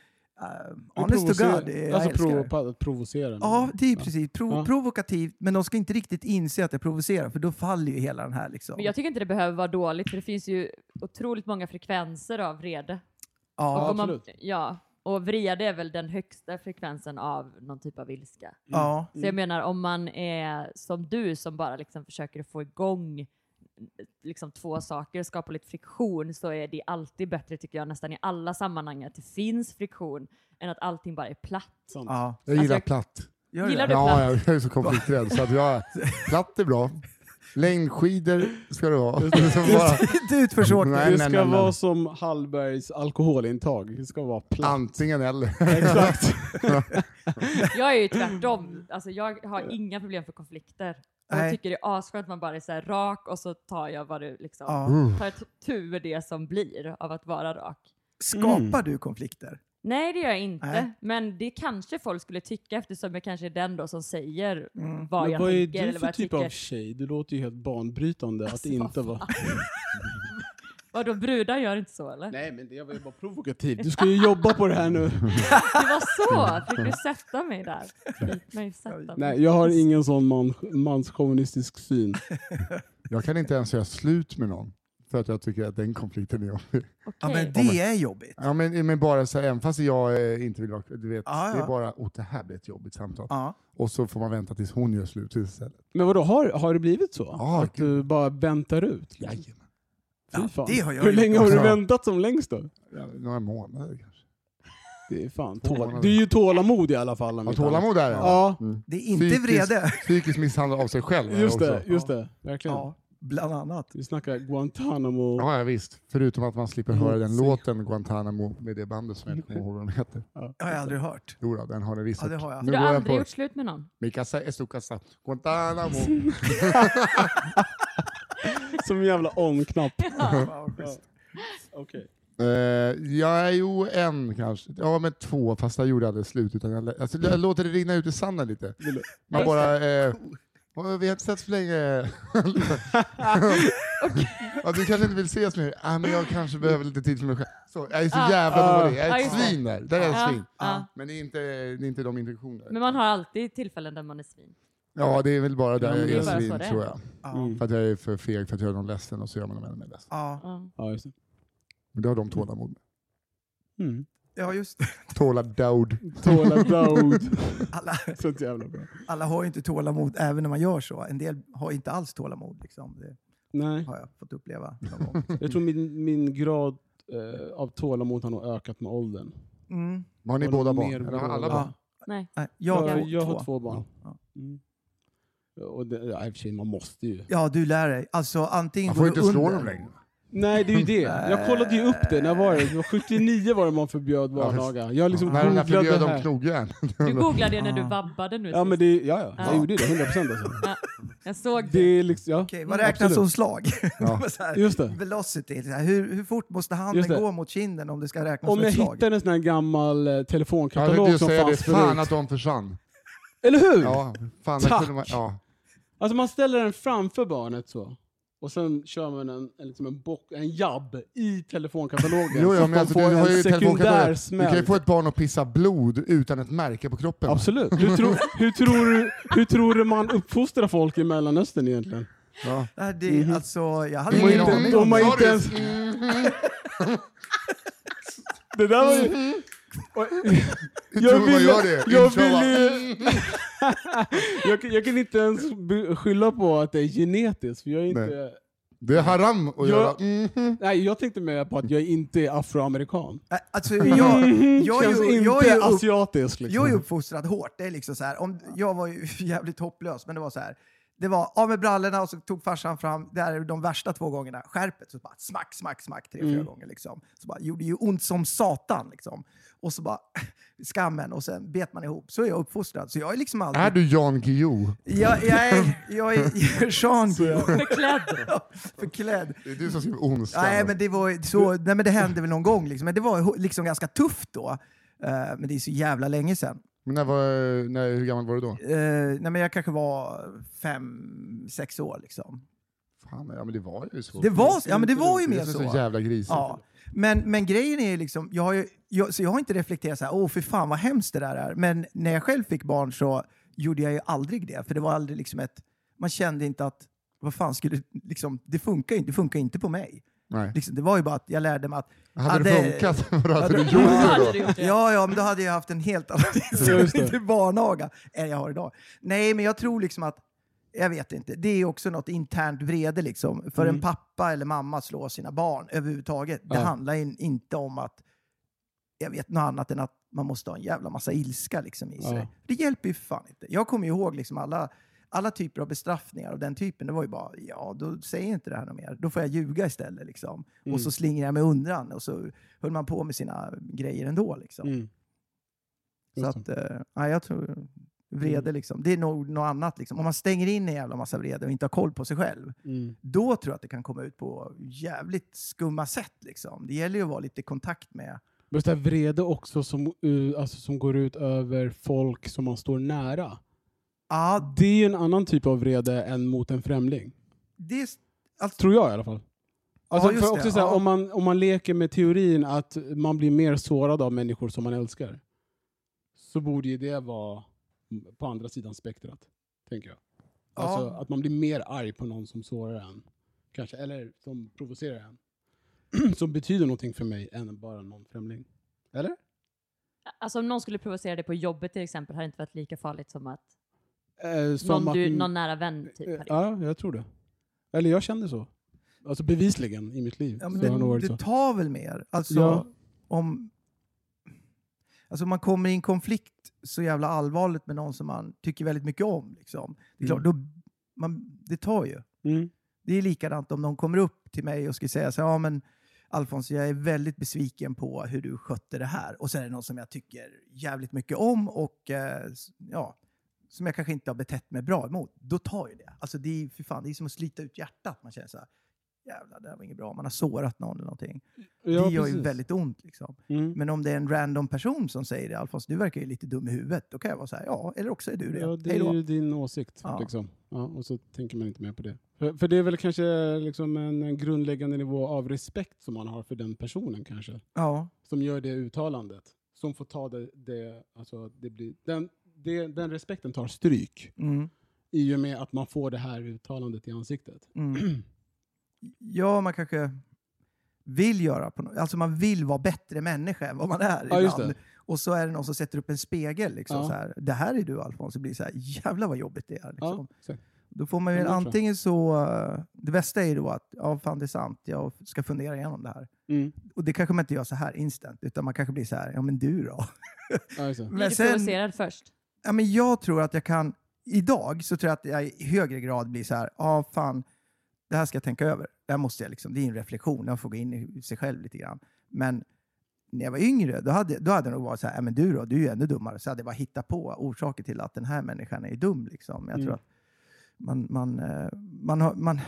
S1: eh, honest to
S4: Provocer-
S1: God, det, jag
S4: alltså
S1: älskar
S4: provo-
S1: det.
S4: pa- provocera. någon.
S1: Ja, det är precis. Pro
S4: Ja.
S1: Provokativt, men de ska inte riktigt inse att jag provocerar, för då faller ju hela den här. Liksom.
S2: Men jag tycker inte det behöver vara dåligt för det finns ju otroligt många frekvenser av vrede.
S1: ja,
S2: om man,
S4: absolut.
S2: ja, och vrede är väl den högsta frekvensen av någon typ av ilska.
S1: ja,
S2: Så jag menar om man är som du som bara liksom försöker få igång liksom två saker, skapa lite friktion så är det alltid bättre tycker jag nästan i alla sammanhang att det finns friktion än att allting bara är platt.
S4: Sant.
S1: ja.
S3: Jag gillar
S2: Alltså, jag-
S3: platt.
S1: Gör
S2: Gillar
S1: det?
S2: du-
S3: Ja,
S2: platt?
S3: jag jag är så konflikträdd så att jag... Platt är bra. Längdskidor ska det vara. Det är som bara,
S1: <laughs> Inte utförsåkning.
S3: Nej,
S4: det
S3: nej,
S4: ska
S3: nej, nej.
S4: vara som Hallbergs alkoholintag. Det ska vara platt.
S3: antingen eller.
S4: <laughs> Exakt.
S2: Jag är
S1: <clears throat>
S2: ju tvärtom, alltså jag har inga problem för konflikter. Och
S1: Nej.
S2: jag tycker det är asskönt att man bara är så här rak och så tar jag vad det liksom,
S1: Ja.
S2: tar jag tur med det som blir av att vara rak.
S1: Skapar du konflikter?
S2: Nej, det gör jag inte.
S1: Nej.
S2: Men det kanske folk skulle tycka eftersom jag kanske är den då som säger
S1: <laughs>
S2: vad
S4: Men
S2: jag
S4: vad är
S2: tänker
S4: du
S2: eller
S4: för
S2: vad jag
S4: typ
S2: tycker. Alltså,
S4: av tjej? Du låter ju helt banbrytande att inte vara...
S2: Vadå, brudar gör inte så eller?
S4: Nej, men det var ju bara provokativ. Du ska <laughs> ju jobba på det här nu.
S2: Det var så! Fick du sätta mig där? Fick mig sätta mig.
S4: Mm. Nej, jag har ingen sån man, manschauvinistisk syn.
S3: Jag kan inte ens göra slut med någon för att jag tycker att den konflikten är jobbig.
S1: Ja,
S2: Okej.
S1: men det är jobbigt.
S3: Ja, men, men bara så här, även fast jag eh, inte vill vara du vet,
S1: Ja,
S3: det
S1: ja.
S3: är bara, åh det här blir ett jobbigt samtal.
S1: Ja.
S3: Och så får man vänta tills hon gör slut istället.
S4: Men vadå, har, har det blivit så?
S3: Ja,
S4: att du bara väntar ut? Fy
S3: Jajamän.
S4: fan.
S1: det har jag
S4: Hur
S1: gjort
S4: länge har du
S3: också.
S4: väntat som längst då?
S3: Ja, Några månader kanske.
S4: Det är fan
S3: Två
S4: tål.
S3: månader.
S4: Du är ju tålamod i alla fall. om
S3: Ja,
S4: inte annat.
S3: tålamod där
S4: Ja,
S1: Det är inte vrede.
S3: Psykisk misshandel av sig själv. är
S4: just det.
S3: också.
S4: Just det. Verkligen.
S1: Ja, bland annat.
S4: Vi snackar Guantanamo.
S3: Ja, ja, visst. Förutom att man slipper höra den
S4: Motsäg-
S3: låten Guantanamo med det bandet som jag inte kommer ihåg vad de heter.
S1: Det har jag aldrig hört.
S3: Jo då, den har ni visst.
S1: Ja, det har jag.
S3: Nu går
S2: Du har
S3: jag
S2: aldrig
S3: på
S2: gjort slut
S4: <laughs>
S2: med någon?
S3: Mikasa Estukasa Guantanamo. <laughs>
S4: Som en jävla on-knapp.
S1: Fan, vad schysst.
S4: Okej.
S3: uh, ja, jo, en kanske. Ja, men två. Fast jag gjorde aldrig slut. Utan jag, lä- alltså, jag låter det rinna ut i sanden lite. Man bara... Eh, "Åh, vi har inte sett så
S2: <laughs>
S3: länge. <laughs> ja, du kanske inte vill ses mer? Ah, men jag kanske behöver lite tid för mig själv. Så, jag är så
S2: Ah.
S3: jävla dålig. Jag
S2: Ah,
S3: är ett
S2: just det. Ah.
S3: svin där. Där är jag ett
S2: Ja,
S3: svin.
S2: ja.
S3: Men det är inte, det är inte de intentionerna.
S2: Men man har alltid tillfällen där man är svin.
S3: Ja, det är väl bara där
S4: Ja, men
S3: jag
S4: det
S3: är
S4: är bara
S2: så
S3: svin
S2: Mm, det är.
S3: tror jag.
S1: Ja.
S4: Mm.
S3: För att jag är för feg för att göra någon ledsen och så gör man dem ännu mer ledsen.
S1: Ja.
S2: Ja.
S4: Ja, just det.
S3: Men det har de tålamod med.
S4: Mm.
S1: ja, just det. <laughs>
S3: Tålamod.
S4: <laughs> Tålamod.
S1: Alla,
S4: Sånt jävla bra.
S1: alla har ju inte tålamod även när man gör så. En del har inte alls tålamod. Liksom. Det
S4: Nej,
S1: har jag fått uppleva. någon gång.
S4: jag tror min, min grad eh, av tålamod har nog ökat med åldern.
S1: Mm.
S3: Har ni
S4: Har du
S3: båda barn?
S4: mer
S3: Eller har
S4: båda
S3: alla
S4: barn?
S3: barn?
S1: Ja.
S2: Nej.
S1: Nej, Jag har
S4: jag,
S1: två.
S4: jag har
S1: två.
S4: två barn.
S1: Ja.
S4: Mm. Och det, ja, i och för sig, man måste ju.
S1: Ja, du lär dig. Alltså antingen
S3: Man får
S1: går
S3: inte
S1: du
S3: slå
S1: under.
S3: dem längre.
S4: Nej, det är ju det. Jag kollade ju upp det. När var det? Det var 79 var det man förbjöd barnaga. Jag liksom
S3: När de
S4: googlade
S3: förbjöd
S4: det
S3: om
S4: här.
S3: knogjärn.
S2: Du googlade det när du
S1: Ah.
S2: vabbade nu
S4: Ja, men
S2: sist.
S4: det, ja, ja.
S2: Ja.
S4: jag gjorde det. 100
S1: <laughs>
S4: procent alltså.
S2: Jag såg
S4: Det
S2: det.
S4: är liksom, ja.
S1: Okej, vad räknas som
S4: Absolut.
S1: slag? <laughs> Det var så här,
S4: Just det.
S1: Velocity. Så här, hur, hur fort måste handen
S4: Just det.
S1: gå mot kinden om det ska räknas
S4: Om
S1: som
S4: jag
S1: Alltså ett slag?
S4: hittar en sån här gammal eh,
S3: Jag tänkte
S4: telefonkatalog
S3: just
S4: som
S3: säga det.
S4: fanns
S3: Fan
S4: förut.
S3: att de försvann.
S4: Eller hur?
S3: Ja, fan, där
S4: Tack.
S3: kunde man, ja.
S4: Alltså man ställer den framför barnet så. Och sen kör man en, en, liksom en, bock, en jabb i telefonkatalogen.
S3: <laughs> Jo,
S4: så
S3: ja, men
S4: att man
S3: alltså,
S4: får
S3: du, har
S4: en
S3: ju
S4: sekundär
S3: telefonkatalogen. du
S4: smäll.
S3: kan ju få ett barn att pissa blod utan ett märke på kroppen.
S4: Absolut. Hur, tro, <laughs> hur, tror du, hur tror du man uppfostrar folk i Mellanöstern egentligen?
S3: Ja.
S1: Det här, det, är alltså, jag hade
S3: De har
S1: ingen
S3: inte-
S1: aning
S4: de
S1: om
S4: har
S1: det.
S4: Mm-hmm. inte
S3: Sorry.
S4: ens- Det där var ju...
S3: Mm-hmm.
S4: Och, <laughs>
S3: Jag tror man
S4: ville-
S3: gör det.
S4: Jag,
S3: Intro, va?
S4: ville, jag, kan- jag kan inte ens be- skylla på att det är genetiskt. För jag, är inte,
S3: Det är haram att göra. Mm-hmm.
S4: nej. jag tänkte mer på att jag inte är afroamerikan.
S1: Äh, Alltså, jag, jag, är
S4: Mm-hmm. Mm, Känns
S1: ju,
S4: inte
S1: jag, är ju upp,
S4: asiatisk. Liksom.
S1: jag är ju uppfostrad hårt. Det är liksom så här, om, jag var ju <laughs> jävligt hopplös, men det var så här. Det var av med brallorna och så tog farsan fram det här är de värsta två gångerna, skärpet. Så bara smack, smack, smack tre,
S3: Mm.
S1: fyra gånger. Liksom. Så bara, gjorde ju ont som satan. Liksom. Och så bara <laughs> skammen och sen bet man ihop. Så är jag uppfostrad. Så jag är liksom aldrig...
S3: Är du Jan Guillou?
S1: Jag, jag är, jag är Sean Guillou.
S2: Förklädd.
S1: <laughs> förklädd.
S3: Det är du som skriver Ondskan.
S1: Nej men, det var ju så, nej, men det hände väl någon gång. Liksom. Men det var ju liksom ganska tufft då. Eh, men det är så jävla länge sedan.
S3: Men när var, när, hur gammal var du då?
S1: Eh, nej, men jag kanske var fem, sex år. Liksom.
S3: Fan, ja men det var ju så.
S1: Det, var, ja, men det var ju
S3: Det
S1: mer
S3: är så
S1: så.
S3: jävla grisigt.
S1: Ja. Men, men grejen är ju liksom, jag har, ju, jag, så jag har inte reflekterat så här, åh för fan vad hemskt det där är. Men när jag själv fick barn så gjorde jag ju aldrig det. För det var aldrig liksom ett, man kände inte att, vad fan skulle, liksom, det funkar ju inte, det funkar inte på mig.
S3: Nej.
S1: Liksom, det var ju bara att jag lärde mig att...
S3: Hade det funkat, <laughs> vad hade du
S2: Jag
S3: gjort
S2: har
S3: det då?
S2: aldrig gjort det.
S1: Ja, ja, men då hade jag haft en helt annan inställning till barnaga än jag har idag. Nej, men jag tror liksom att, jag vet inte, det är också något internt vrede liksom. För
S3: Mm.
S1: en pappa eller mamma slår sina barn överhuvudtaget. Det
S4: Ja.
S1: handlar in, inte om att, jag vet något annat än att man måste ha en jävla massa ilska liksom i sig.
S4: Ja.
S1: Det hjälper ju fan inte. Jag kommer ju ihåg liksom alla, alla typer av bestraffningar av den typen. Det var ju bara, ja, då säger jag inte det här något mer. Då får jag ljuga istället. Liksom.
S4: Mm,
S1: Och så slingrar jag mig undan och så höll man på med sina grejer ändå. Liksom.
S4: Mm.
S1: Så att, eh, nej, jag tror
S4: Mm.
S1: vrede liksom. Det är nog något annat liksom. Om man stänger in en jävla massa vrede och inte har koll på sig själv,
S4: Mm.
S1: då tror jag att det kan komma ut på jävligt skumma sätt liksom. Det gäller ju att vara lite i kontakt med.
S4: Men så här vrede också som, eh, alltså, som går ut över folk som man står nära.
S1: Ja,
S4: Det är ju en annan typ av vrede än mot en främling.
S1: det är... s- Alltså,
S4: Tror jag i alla fall. Alltså,
S1: Ja, just
S4: för också
S1: det,
S4: så här,
S1: ja.
S4: om, man, om man leker med teorin att man blir mer sårad av människor som man älskar, så borde ju det vara på andra sidan spektrat, tänker jag.
S1: Ja.
S4: Alltså att man blir mer arg på någon som sårar en, kanske, eller som provocerar en. <clears throat> som betyder någonting för mig än bara någon främling. Eller?
S2: Alltså om någon skulle provocera dig på jobbet till exempel hade det inte varit lika farligt som att
S4: Eh, som
S2: någon, du,
S4: att- Eh,
S2: någon nära vän typ hade gjort.
S4: Ja, jag tror det. Eller jag kände så. Alltså bevisligen i mitt liv.
S1: ja, men
S4: så har nog varit
S1: det,
S4: så.
S1: det tar väl mer? Alltså,
S4: Ja.
S1: om... Alltså om man kommer i en konflikt så jävla allvarligt med någon som man tycker väldigt mycket om. Liksom. Det, är klart, då, man, det tar ju.
S4: Mm.
S1: Det är likadant om någon kommer upp till mig och ska säga så här, ja men Alfons, jag är väldigt besviken på hur du skötte det här. Och så är det någon som jag tycker jävligt mycket om och eh, s- ja, som jag kanske inte har betett mig bra emot. Då tar ju det. Alltså det är, för fan, det är som att slita ut hjärtat. Man känner så här, jävlar det här var inget bra. Man har sårat någon eller någonting.
S4: Ja,
S1: det gör ju
S4: precis.
S1: väldigt ont liksom.
S4: Mm.
S1: Men om det är en random person som säger det, Alfons, du verkar ju lite dum i huvudet. Då kan jag vara så här, ja, eller också är du det.
S4: Ja, det
S1: Hej då.
S4: är ju din åsikt.
S1: Ja.
S4: Liksom. Ja, och så tänker man inte mer på det. För, för det är väl kanske liksom en, en grundläggande nivå av respekt som man har för den personen kanske,
S1: Ja,
S4: som gör det uttalandet. Som får ta det, det alltså det blir, den, det, den respekten tar stryk
S1: mm.
S4: I och med att man får det här uttalandet i ansiktet.
S1: Mm. <clears throat> Ja, man kanske vill göra på något. Alltså man vill vara bättre människa än vad man är liksom.
S4: Ja, just
S1: ibland. Och så är det någon som sätter upp en spegel. Liksom,
S4: Ja.
S1: så här, det här är du Alfons. Det blir så här, jävlar vad jobbigt det är. Liksom.
S4: Ja, exakt.
S1: Då får man ju
S4: Ja, det tror jag.
S1: antingen så... eh, Det bästa är ju då att, ja fan det är sant, jag ska fundera igenom det här.
S4: Mm.
S1: Och det kanske man inte gör så här instant, utan man kanske blir så här, ja men du då?
S4: Ja, just det.
S2: Blir du provocerad först?
S1: ja, men jag tror att jag kan, idag så tror jag att jag i högre grad blir så här, ja ah, fan, det här ska jag tänka över. Det här måste jag liksom, det är en reflektion, jag får gå in i sig själv lite grann. Men när jag var yngre, då hade, då hade jag nog varit så här, ja, men du då, du är ju ännu dummare. Så hade jag bara hittat på orsaker till att den här människan är dum. Liksom. Jag tror
S4: Mm.
S1: att man, man, eh, man, har, man,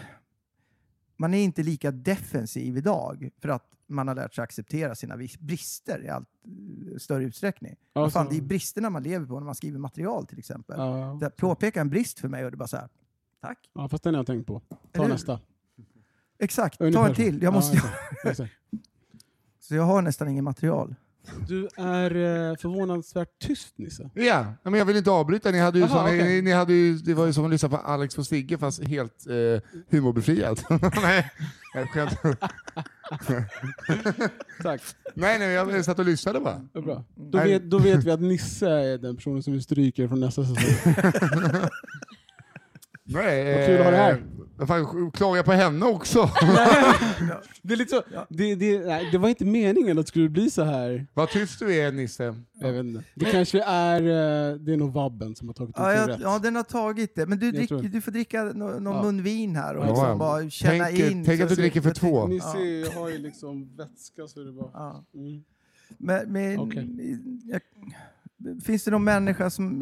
S1: man är inte lika defensiv idag för att man har lärt sig acceptera sina vis- brister i allt eh, större utsträckning.
S4: Ja,
S1: Vad fan,
S4: så-
S1: det är bristerna man lever på när man skriver material till exempel.
S4: Ja,
S1: Det här, påpeka en brist för mig och det är bara så här, tack.
S4: ja, fast den har jag tänkt på.
S1: Eller
S4: Ta
S1: hur?
S4: nästa.
S1: Exakt, ta
S4: Ungefär
S1: en
S4: så.
S1: till. Jag måste,
S4: Ja, exakt. Exakt.
S1: så jag har nästan inget material.
S4: Du är eh, förvånansvärt tyst Nisse.
S3: Ja, nej, men jag vill inte avbryta. Ni hade ju
S4: Jaha,
S3: sån,
S4: okej.
S3: ni, ni hade ju, det var ju som att lyssna på Alex och Sigge fast helt eh, humorbefriat. <laughs> nej, jag skämtar.
S4: Tack.
S3: nej, nej, jag satt och lyssnade bara.
S4: Det är bra.
S1: Mm.
S4: Då,
S3: Nej.
S4: vet, då vet vi att Nisse är den personen som vi stryker från
S1: <laughs>
S4: nästa säsong.
S3: Nej,
S4: Vad kul att ha det här.
S3: eh, vad Fan, klaga på henne också. <laughs>
S4: Det, är lite så, det, det, nej, det var inte meningen att det skulle bli så här.
S3: Vad tyst du är Nisse.
S4: Jag vet inte. Det kanske är... eh, Det är nog vabben som har tagit ut
S1: Ja,
S4: det
S1: jag,
S4: rätt.
S1: ja, den har tagit det. Men du,
S4: Jag
S1: drick,
S4: tror-
S1: du får dricka no, någon
S4: Ja.
S1: munvin här och
S4: Ja,
S1: liksom
S3: ja.
S1: bara känna
S3: Tänk,
S1: in.
S3: tänk
S1: så
S3: att du
S1: ser-
S3: dricker för
S1: jag tänker-
S3: två.
S4: Ni
S1: Ja.
S4: ser ju, jag har ju liksom vätska så det bara...
S1: Ja.
S4: Mm.
S1: Men, men,
S4: Okej.
S1: jag, finns det någon människa som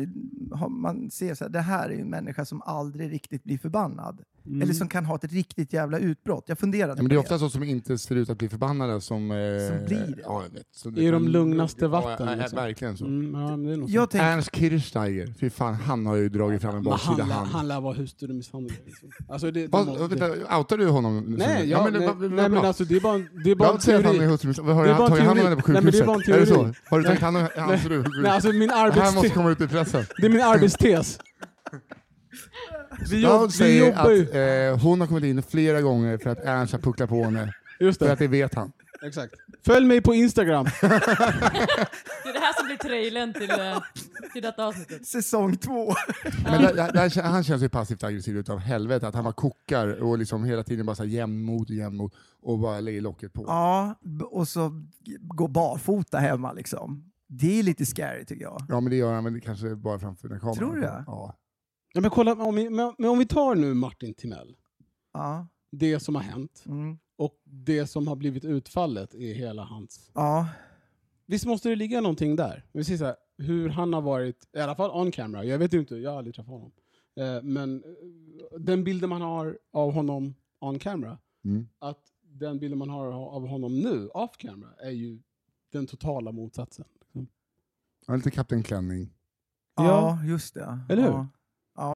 S1: har- man ser så här, det här är ju en människa som aldrig riktigt blir förbannad?
S4: Mm.
S1: Eller som kan ha ett riktigt jävla utbrott? Jag funderade
S3: Ja, men
S1: på
S3: det är ofta så som inte ser ut att bli förbannade som... Eh,
S1: Som blir det.
S3: Ja, jag vet. Som
S4: I de lugnaste
S3: Ja,
S4: vatten,
S3: Ja, ja,
S4: liksom.
S3: Verkligen så.
S4: Mm, ja, men det är nog så.
S1: Jag tänkte,
S3: Ernst Kirchsteiger, fy fan, han har ju dragit fram en
S4: Men han,
S3: baksida
S4: lär-
S3: hand.
S4: han lär vara husdjuremisshandlare. Liksom. Alltså det, de,
S3: Vad- vänta, Outar du honom? nu?
S4: nej,
S3: ja,
S4: jag, nej,
S3: vad- vad bra.
S4: nej men alltså det är bara, en- det är bara
S3: Jag
S4: en
S3: vill säga att han är
S4: teori.
S3: hustru. Har
S4: Det är
S3: du
S4: bara en
S3: tagit hand om
S4: teori.
S3: henne på
S4: Nej, men det
S3: sjukhuset?
S4: är bara en
S3: Är det
S4: teori.
S3: så? Har du
S4: Nej.
S3: tagit hand om hans fru?
S4: Nej, alltså min
S3: Det här måste
S4: arbetstes,
S3: komma ut i pressen.
S4: det är min arbetstes. <laughs> Vi, jobb,
S3: Jag
S4: vi
S3: säger
S4: jobbar ju...
S3: att eh, hon har kommit in flera gånger för att Ernst har pucklat på henne.
S4: Just
S3: För
S4: det.
S3: att det vet han.
S4: Exakt. Följ mig på Instagram.
S2: Det är det här som blir trailern till, eh, till detta avsnittet.
S1: säsong två.
S3: Men där, där, där, han känns ju passivt aggressiv utav helvete. Att han bara kokar och liksom hela tiden bara så här jämnmod, jämnmod och bara lägger locket på.
S1: Ja, b- och så g- gå barfota hemma liksom. Det är lite scary tycker jag.
S3: Ja men det gör han väl kanske bara framför den kameran.
S1: Tror du det?
S3: Ja.
S4: Ja, men, kolla, om vi, men, men om vi tar nu Martin Timell,
S1: Ja,
S4: det som har hänt
S1: mm.
S4: och det som har blivit utfallet i hela hans...
S1: ja.
S4: Visst måste det ligga någonting där? Vi ser så här, hur han har varit, i alla fall on camera, jag vet ju inte, jag har aldrig träffat honom. Eh, men eh, den bilden man har av honom on camera,
S3: Mm.
S4: att den bilden man har av honom nu off camera är ju den totala motsatsen. liksom.
S3: Han har lite Kapten Klänning.
S1: ja.
S4: Ja.
S1: just det.
S4: Eller hur?
S1: Ja.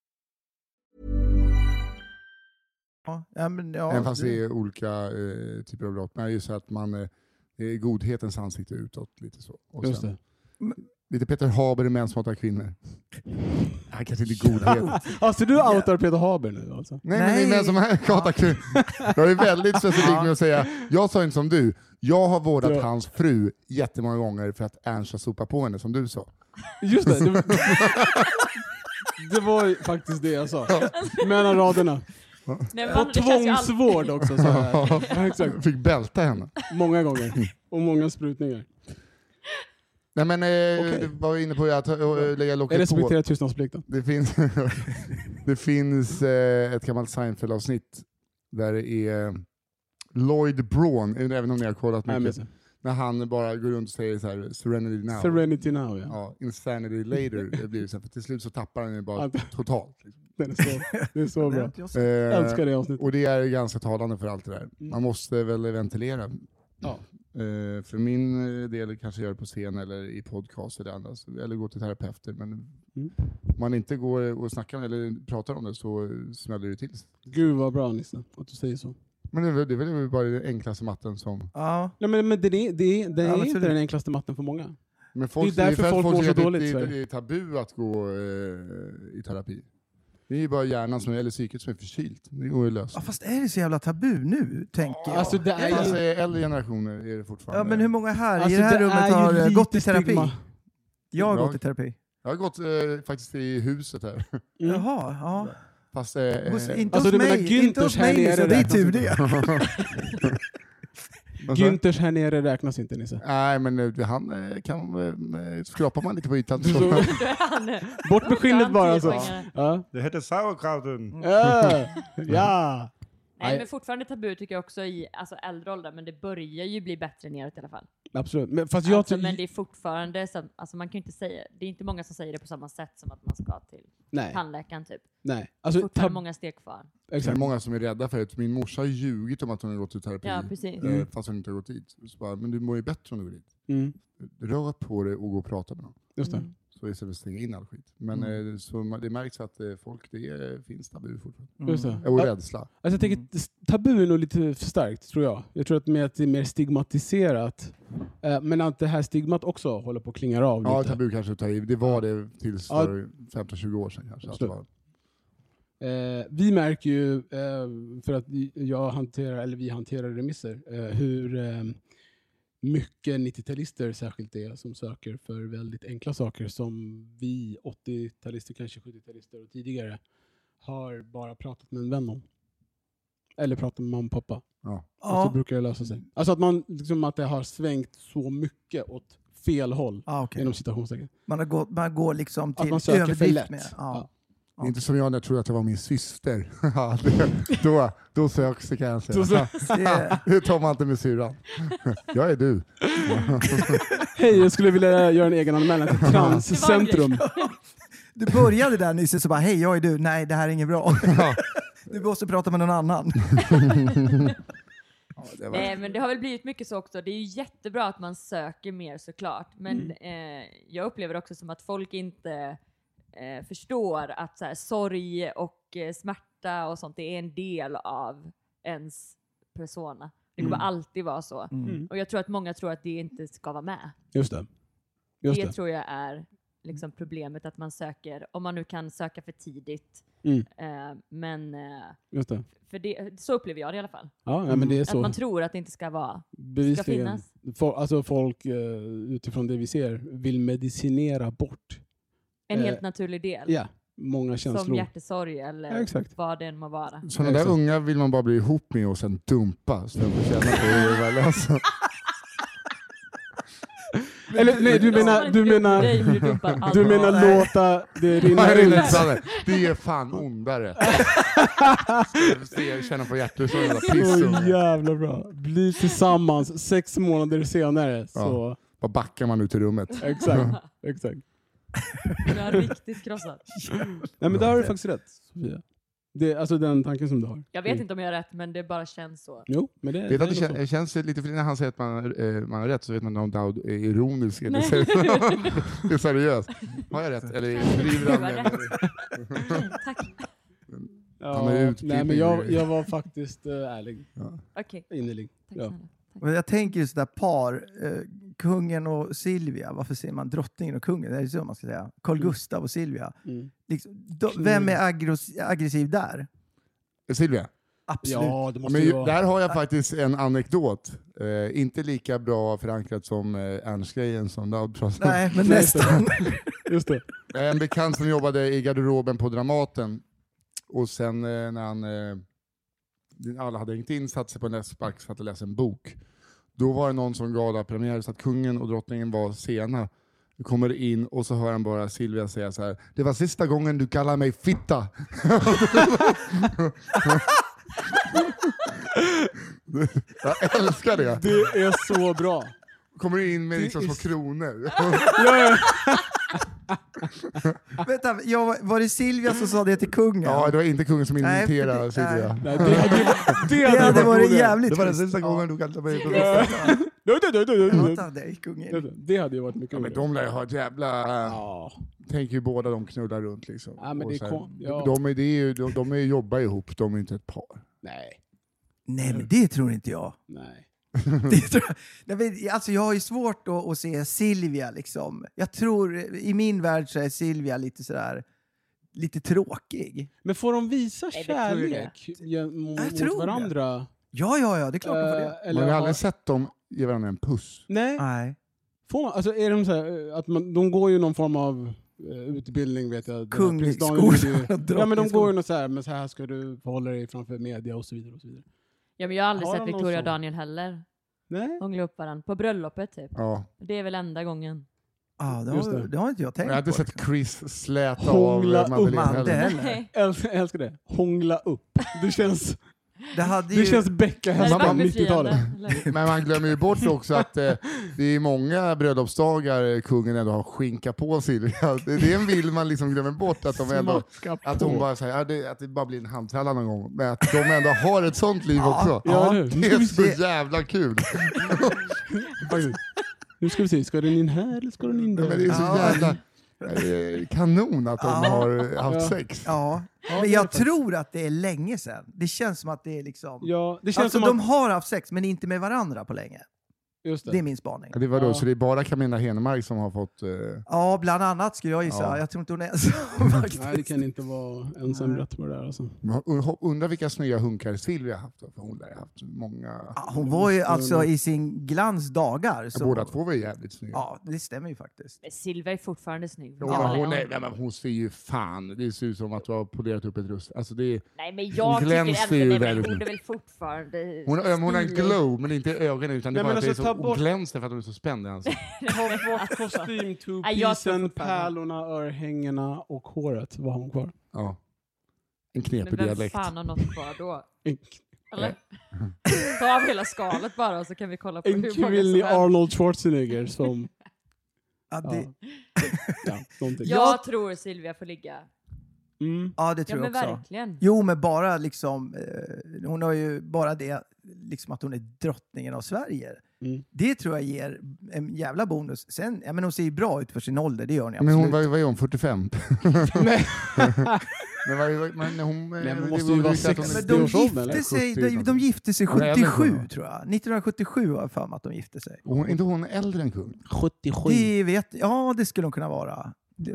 S1: Ja, ja, men, ja,
S3: Även fast det är olika eh, typer av brott. Men det är ju så att man, eh, det är godhetens ansikte utåt. Lite så. Och
S4: Just
S3: sen-
S4: det.
S3: Lite Peter Haber i Män som hatar <laughs> kvinnor. Han kanske inte är godhet.
S4: Alltså du outar Peter Haber nu alltså?
S3: Nej, men det är män som hatar kvinnor. Jag är väldigt specifik med att säga, jag sa inte som du. Jag har vårdat
S4: Ja.
S3: hans fru jättemånga gånger för att Ernst har sopat på henne, som du sa.
S4: Just det. Det, <laughs> det var ju faktiskt det jag sa. Mellan raderna.
S2: Nej, <laughs> men
S4: Och
S2: det känns ju alltid-
S4: tvångsvård också sa jag.
S1: <laughs>
S4: Ja,
S3: <laughs>
S4: exakt.
S3: Fick bälta henne.
S4: Många gånger. Och många sprutningar.
S3: Nej men, eh,
S4: Okej.
S3: du var inne på att eh, lägga
S4: Jag
S3: locket på.
S4: respekterar tystnadsplikten.
S3: Det finns, <laughs> det finns eh, ett gammalt Seinfeld-avsnitt där det är Lloyd Braun, även om ni har kollat
S4: Nej, men,
S3: mycket, när han bara går runt och säger så här, “Serenity now”.
S4: serenity now ja.
S3: ja, “Insanity later”. Det blir så här, för till slut så tappar han ju bara
S4: Allt.
S3: totalt. liksom.
S4: Den är så, det är så
S1: <laughs> det har
S4: bra.
S1: inte jag sett.
S3: Eh,
S4: Jag älskar det avsnittet.
S3: och det är ganska talande för allt det där. Man måste väl ventilera.
S4: Ja.
S3: Eh, för min eh, del kanske göra det på scen eller i podcast eller annars, eller gå till terapeuter. Men
S4: Mm.
S3: om man inte går och snackar eller pratar om det så smäller det till.
S4: Gud vad bra Nisse, att du säger så.
S3: Men det är väl, det är väl bara den enklaste matten som...
S1: Ja,
S4: Nej, men, men det är, det är, det är
S1: Ja,
S4: inte
S1: absolut.
S4: den enklaste matten för många.
S3: Men
S4: Det är därför
S3: för att
S4: folk mår
S3: tycker
S4: så
S3: att det-
S4: dåligt i
S3: Det,
S4: Sverige.
S3: det är tabu att gå eh, i terapi. Det är ju bara hjärnan som, är- eller psyket som är förkylt. Det går ju att lösa.
S1: Ja, fast är det så jävla tabu nu, tänker jag?
S4: Alltså det är ju...
S3: Fast i äldre generationer är det fortfarande.
S1: ja, men hur många här
S4: alltså,
S1: i det här
S4: är
S1: rummet
S4: ju
S1: har eh,
S4: lite
S1: gått i terapi? Alltså.
S4: stigma.
S1: Jag har
S3: Ja.
S1: gått i terapi.
S3: Jag har gått eh, faktiskt i huset här. <laughs>
S4: Mm.
S1: Jaha, ja.
S3: Fast, eh, eh,
S1: Hos, inte,
S4: Alltså,
S1: hos
S4: du menar
S1: mig, inte hos
S4: Günthers typ. här
S1: mig,
S4: nere
S1: Nisse. Det är
S4: där som
S1: tur
S4: sitter.
S3: <laughs>
S1: det.
S3: Vad sa du?
S4: Günthers här nere räknas inte Nisse.
S3: Nej, men eh, han eh, kan... eh, Skrapar man lite på ytan
S4: <laughs> Du
S3: så... <laughs>
S4: så,
S2: Då är han-
S4: bort med skinnet bara alltså.
S2: Tiopoängare.
S4: Ja. Mm.
S5: Det heter sauerkrauten.
S4: Ja. ja.
S2: Nej,
S4: Nej.
S2: men fortfarande tabu tycker jag också i alltså, äldre ålder, men det börjar ju bli bättre neråt i alla fall.
S4: <laughs> Absolut. Men, fast jag
S2: alltså,
S4: ty-
S2: men det är fortfarande, så, alltså, man kan ju inte säga, det är inte många som säger det på samma sätt som att man ska till
S4: Nej.
S2: tandläkaren typ.
S4: Nej.
S2: Det är
S4: Alltså,
S2: fortfarande
S4: tab-
S2: många steg kvar.
S3: Det är
S4: exakt.
S3: många som är rädda för det. Min morsa har ljugit om att hon har gått i terapi
S4: Mm.
S2: Ja, precis.
S3: eh, fast hon inte har gått dit. Så bara, men du mår ju bättre om du går dit.
S4: Mm.
S3: Rör på dig och gå och prata med någon.
S4: Just det.
S2: Mm.
S3: Så istället för att stänga in all skit. Men
S4: Mm.
S3: eh, så man- det märks att eh, folk, det är, finns tabu fortfarande.
S4: Just det.
S3: Och
S4: Ja,
S3: rädsla.
S4: Alltså jag tänker, att tabu är nog lite för starkt, tror jag. Jag tror att, med att det är mer stigmatiserat. Eh, Men att det här stigmat också håller på att klinga av
S3: Ja,
S4: lite.
S3: tabu kanske tar i. Det var det tills
S4: Ja.
S3: för 15-20 år sedan kanske. Att det
S4: Absolut.
S3: var.
S4: Eh, vi märker ju, eh, för att vi- jag hanterar, eller vi hanterar remisser, eh, hur eh, mycket 90-talister särskilt är som söker för väldigt enkla saker som vi 80-talister, kanske 70-talister och tidigare har bara pratat med en vän om. Eller pratat med mamma och pappa.
S3: Ja.
S4: Och så
S1: Ja,
S4: brukar det lösa sig. Alltså att, man, liksom, att det har svängt så mycket åt fel håll,
S1: ah, okej.
S4: inom citationstecken.
S1: Man, har gått, man går liksom till
S4: Att man söker för
S1: överdrift
S4: lätt.
S1: Med, ja.
S3: Det är Inte som jag när jag trodde att det var min syster. <laughs> Ja, det, då, då söks det kan jag <laughs>
S4: Då
S3: säga.
S1: Det,
S3: Det tar man inte med syrran. <laughs> Jag är
S4: <laughs>
S3: du.
S4: Hej, jag skulle vilja göra en egen
S1: <laughs>
S4: anmälan till Transcentrum.
S1: du började där Nisse, så bara hej, jag är du. Nej, det här är inget
S4: <laughs>
S1: bra. Du måste prata med någon annan.
S3: Ja, det var,
S2: Nej, men det har väl blivit mycket så också. Det är ju jättebra att man söker mer såklart, men
S4: Mm.
S2: eh, jag upplever också som att folk inte eh, förstår att så här, sorg och eh, smärta och sånt, det är en del av ens persona. Det kommer alltid vara så.
S1: Mm.
S2: Och jag tror att många tror att det inte ska vara med.
S4: Just det. Just
S2: det,
S4: det.
S2: tror jag är liksom problemet att man söker, om man nu kan söka för tidigt.
S4: Mm.
S2: Eh, men eh,
S4: Just det.
S2: för det, så upplever jag det i alla fall.
S4: Ja, ja, men det är
S2: Mm. Att
S4: så.
S2: man tror att det inte ska vara.
S4: Bevisligen.
S2: finnas.
S4: Fol- alltså folk, eh, utifrån det vi ser, vill medicinera bort
S2: En
S4: Eh,
S2: helt naturlig del.
S4: ja, många känslor.
S2: Som hjärtesorg eller
S4: Ja, exakt.
S2: vad det än må vara.
S3: Sådana där unga vill man bara bli ihop med och sen dumpa så de får känna på hur det är
S2: <laughs>
S3: alltså.
S4: Eller nej, du menar, du menar,
S2: dig, men du dumpar alla.
S4: <laughs> du menar låta
S3: <laughs>
S4: det rinna
S3: Nej, det är
S4: ut.
S3: inte sant. Det är fan
S2: <laughs>
S3: ondare. Se- Känna på hjärtat som jävla
S4: <laughs> Så
S3: pissunge.
S4: jävla bra. Bli tillsammans sex månader senare. Så,
S3: Bara backar man ut i rummet.
S4: exakt,
S2: <laughs>
S4: exakt.
S2: Du har riktigt krossat.
S4: Nej men där har du faktiskt rätt Sofia. Det, alltså den tanken som du har. <laughs>
S2: Jag vet inte om jag har rätt, men det bara känns så.
S4: Jo, men det, det,
S3: Vet du
S4: är
S3: att det,
S4: nog
S3: kän-
S4: så.
S3: det känns ju lite, för när han säger att man, eh, man har rätt så vet man om Daud är ironisk eller
S2: Nej. <laughs>
S3: ser- det är seriös. Har jag rätt? Eller driver han
S2: Du har
S3: med
S2: rätt.
S3: mig? <laughs>
S2: Tack.
S3: Han är
S4: Ja,
S3: utbildad.
S4: nej men jag, jag var faktiskt eh, ärlig.
S2: Okej,
S4: Innerlig.
S2: tack
S4: Ja.
S2: snälla. Tack.
S1: Men jag tänker just det där par, eh, kungen och Silvia, varför säger man drottningen och kungen? Det är så man ska säga. Carl Gustav och Silvia.
S4: Mm.
S1: Liksom, då, vem är aggros- aggressiv där?
S3: Silvia?
S1: Absolut.
S4: Ja, det måste
S3: Men
S4: ju
S3: ju,
S4: vara...
S3: där har jag faktiskt en anekdot. Eh, inte lika bra förankrad som eh, Ernst-grejen som Daud pratade om.
S4: <laughs>
S1: Nej, men nästan.
S3: <laughs>
S4: Just det.
S3: Jag har Eh, en bekant som jobbade i garderoben på Dramaten och sen eh, när han, eh, alla hade hängt in, satt sig på en läsbark för att läsa en bok. Då var det någon som gav premiär så att kungen och drottningen var sena. Du kommer in och så hör han bara Silvia säga så här. Det var sista gången du kallade mig fitta. <laughs> Jag älskar det.
S4: Det är så bra.
S3: Kommer in med liksom
S4: Det är
S3: små
S4: s-
S3: kronor.
S4: Ja, ja.
S1: <laughs> Vänta, jag, var- var det Silvia som sa det till kungen?
S3: Ja, det var inte kungen som
S1: Nej,
S3: inventerade
S1: för det- nej.
S3: Silvia.
S4: Nej, det, det, det
S1: det hade varit
S4: roligare.
S1: jävligt
S3: Det var den
S1: schysst.
S3: sista gången du kallade mig fitta.
S4: Ja. Du, du, du, du, du,
S1: Hata dig kungen.
S4: du. Det hade ju varit mycket
S3: Ja, men
S4: roligare.
S3: de lär ju ha ett jävla...
S4: Ja,
S3: Tänker ju båda de knullar runt liksom.
S4: Ja, men
S3: Och
S4: det är
S3: så här,
S4: kon- ja.
S3: de, är, det är ju, de, de är ju jobbar ihop, de är ju inte ett par.
S4: nej,
S1: Nej, men det tror inte
S4: <laughs>
S1: jag.
S4: nej.
S1: Det tror jag. Nej, men, alltså, jag har ju svårt att, att se Silvia liksom. Jag tror, i min värld så är Silvia lite sådär, lite tråkig.
S4: Men får de visa
S2: Nej, det tror jag
S4: kärlek gen- mot
S1: Jag tror det.
S4: varandra?
S1: Ja, ja, ja, det är klart de får
S4: Eh,
S1: det. Ah.
S4: eller
S3: man har
S4: ha-
S3: aldrig sett dem ge varandra en puss.
S4: Nej,
S1: Nej.
S4: får man, alltså är de så här, eh, att man, de går ju någon form av eh, utbildning vet jag. Den här
S1: Kung i
S4: prins Daniel
S1: skolan
S4: gjorde ju-
S1: och <laughs> drottning
S4: Ja men de
S1: i skolan.
S4: går ju något så här, men så här ska du förhålla dig framför media och så vidare. Och så vidare.
S2: Ja, men jag har aldrig
S4: Har
S2: sett
S4: de någon
S2: Victoria och
S4: sån?
S2: Daniel heller.
S4: Nej.
S2: Hångla upp varandra. På bröllopet typ.
S3: Ja.
S2: Det är väl enda gången.
S1: Ah, det,
S4: Just
S1: har,
S4: det.
S1: det har inte jag
S3: Jag
S1: tänkt
S3: har inte
S1: på.
S3: sett Chris släta av
S4: Hångla
S3: eh,
S4: upp
S3: Madeleine
S1: Madde
S3: heller.
S1: heller.
S4: Älskar, jag älskar det. Hångla upp. Det känns,
S1: Det hade ju...
S4: det känns
S2: Det hade
S4: Becka-hästar
S2: varit
S4: på 90-talet.
S2: befriande, eller?
S3: Men man glömmer ju bort också att eh, det är många bröllopsdagar eh, kungen ändå har skinka på Silvia. Det, det är en bild man liksom glömmer bort. Att, de ändå,
S4: Smaka på.
S3: att hon bara säger att det, att det bara blir en handtralla någon gång. Men att de ändå har ett sånt liv också.
S4: Ja, eller hur?
S3: Det är så jävla kul.
S4: Faktiskt. Nu ska vi se, ska den in här eller ska den in
S3: Men
S4: där?
S3: det är så
S1: Ja.
S3: jävla eh, kanon att de
S1: Ja.
S3: har eh, haft
S4: Ja.
S3: sex.
S1: Ja,
S4: det
S1: men
S4: är det
S1: jag
S4: faktiskt.
S1: tror att det är länge sedan. Det känns som att det är liksom...
S4: Ja, det känns
S1: alltså
S4: som
S1: de
S4: att...
S1: har haft sex, men inte med varandra på länge.
S4: Just
S1: Det är
S4: det.
S1: min spaning.
S3: Ja, Det var då,
S4: Ja.
S3: Så det är bara Camilla Henemark som har fått... Eh,
S1: Ja, bland annat skulle jag gissa.
S3: Ja.
S1: Jag tror inte hon är ensam <laughs> faktiskt.
S4: Nej, det kan inte vara ensam rätt på det där alltså.
S3: man un- undrar vilka snygga hunkar Silvia har haft. då, För hon lär ha haft många...
S1: Ja, Hon var ju alltså i sin glans dagar. Så...
S3: Båda två var jävligt snygga.
S1: Ja, det stämmer ju faktiskt.
S2: Men Silva är fortfarande snygg.
S3: Hon,
S2: Ja,
S3: hon,
S2: ja.
S3: är, nej, men hon ser ju fan... Det ser ut som att du har polerat upp ett rust. Alltså det är,
S2: Nej men jag
S3: Glenn ser ju
S2: tycker ändå
S3: väldigt
S2: att hon är
S3: ut.
S2: väl fortfarande
S3: hon, ja, men hon har en
S2: stilig. <laughs>
S3: glow, men inte i ögonen. Utan det är
S4: Nej,
S3: bara
S4: men
S3: att det är så,
S4: alltså, ta
S3: hon
S4: bort-
S3: glänser för att hon är så spänd i ansiktet.
S4: Ta bort
S2: Nej, jag tror
S4: kostym,
S2: fortfarande-
S4: pärlorna, örhängena och håret. Vad har hon kvar?
S3: Ja. En
S2: Men
S3: knepig
S2: vem
S3: dialekt.
S2: fan har något kvar då?
S4: En,
S2: Eller? Ta av hela skalet bara och så kan vi kolla på
S4: en
S2: hur många
S4: kvinnlig
S2: som helst.
S4: Arnold Schwarzenegger som...
S1: Ja, det,
S4: Ja, ja, någonting.
S2: Jag tror Silvia får ligga.
S4: Mm.
S1: ja, det
S2: Ja
S1: tror
S2: men
S1: jag också.
S2: verkligen.
S1: Jo, men bara liksom... Eh, hon har ju bara det liksom att hon är drottningen av Sverige.
S4: Mm.
S1: Det tror jag ger en jävla bonus. Sen, ja, men hon ser ju bra ut för sin ålder, det gör hon ju
S3: Men
S1: absolut.
S3: hon, vad, vad är hon, <laughs> 45?
S4: Nej.
S3: <laughs> Men, vad- vad- men hon... eh,
S4: Nej, men
S3: det
S4: måste
S3: var
S4: ju vara
S3: ryktat om-
S4: 60.
S1: Men
S4: Det
S1: de
S4: är årsåldern,
S1: gifte,
S4: eller?
S1: sig,
S3: 70
S1: de, de gifte sig
S3: Nej, jag vet inte.
S1: 77 tror jag. 1977 har jag för mig att de gifte sig.
S3: Hon, inte hon äldre än kung?
S4: 77.
S1: Det vet, ja, det skulle de kunna vara.
S3: Ja,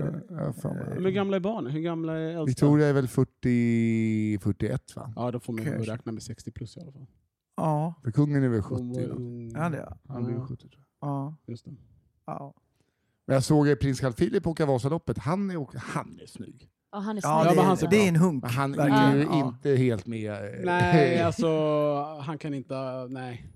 S3: fan, vad-
S4: Hur gamla är barnen? Hur gamla är äldsta?
S3: Victoria är väl 40, 41 va?
S4: Ja, då får man ju
S1: Kanske.
S4: räkna med 60 plus i alla fall.
S1: Ja.
S3: För kungen är väl 70?
S4: Hon var
S3: va?
S4: ung.
S1: Ja, det är-
S3: Mm. Han blir
S4: Ja.
S3: 70 tror jag.
S1: Ja.
S4: Just det.
S1: Ja.
S3: Men jag såg ju prins Carl Philip åka Vasaloppet. Han är, åk- han är snygg.
S2: Ja, han är
S1: Ja,
S4: men
S1: det,
S4: han
S1: är,
S4: ser
S1: det
S4: bra.
S1: är en hunk.
S3: Men han är
S1: verkligen.
S3: ju
S1: Ja.
S3: inte helt med. eh, <laughs>
S4: Nej, alltså han kan inte... Nej.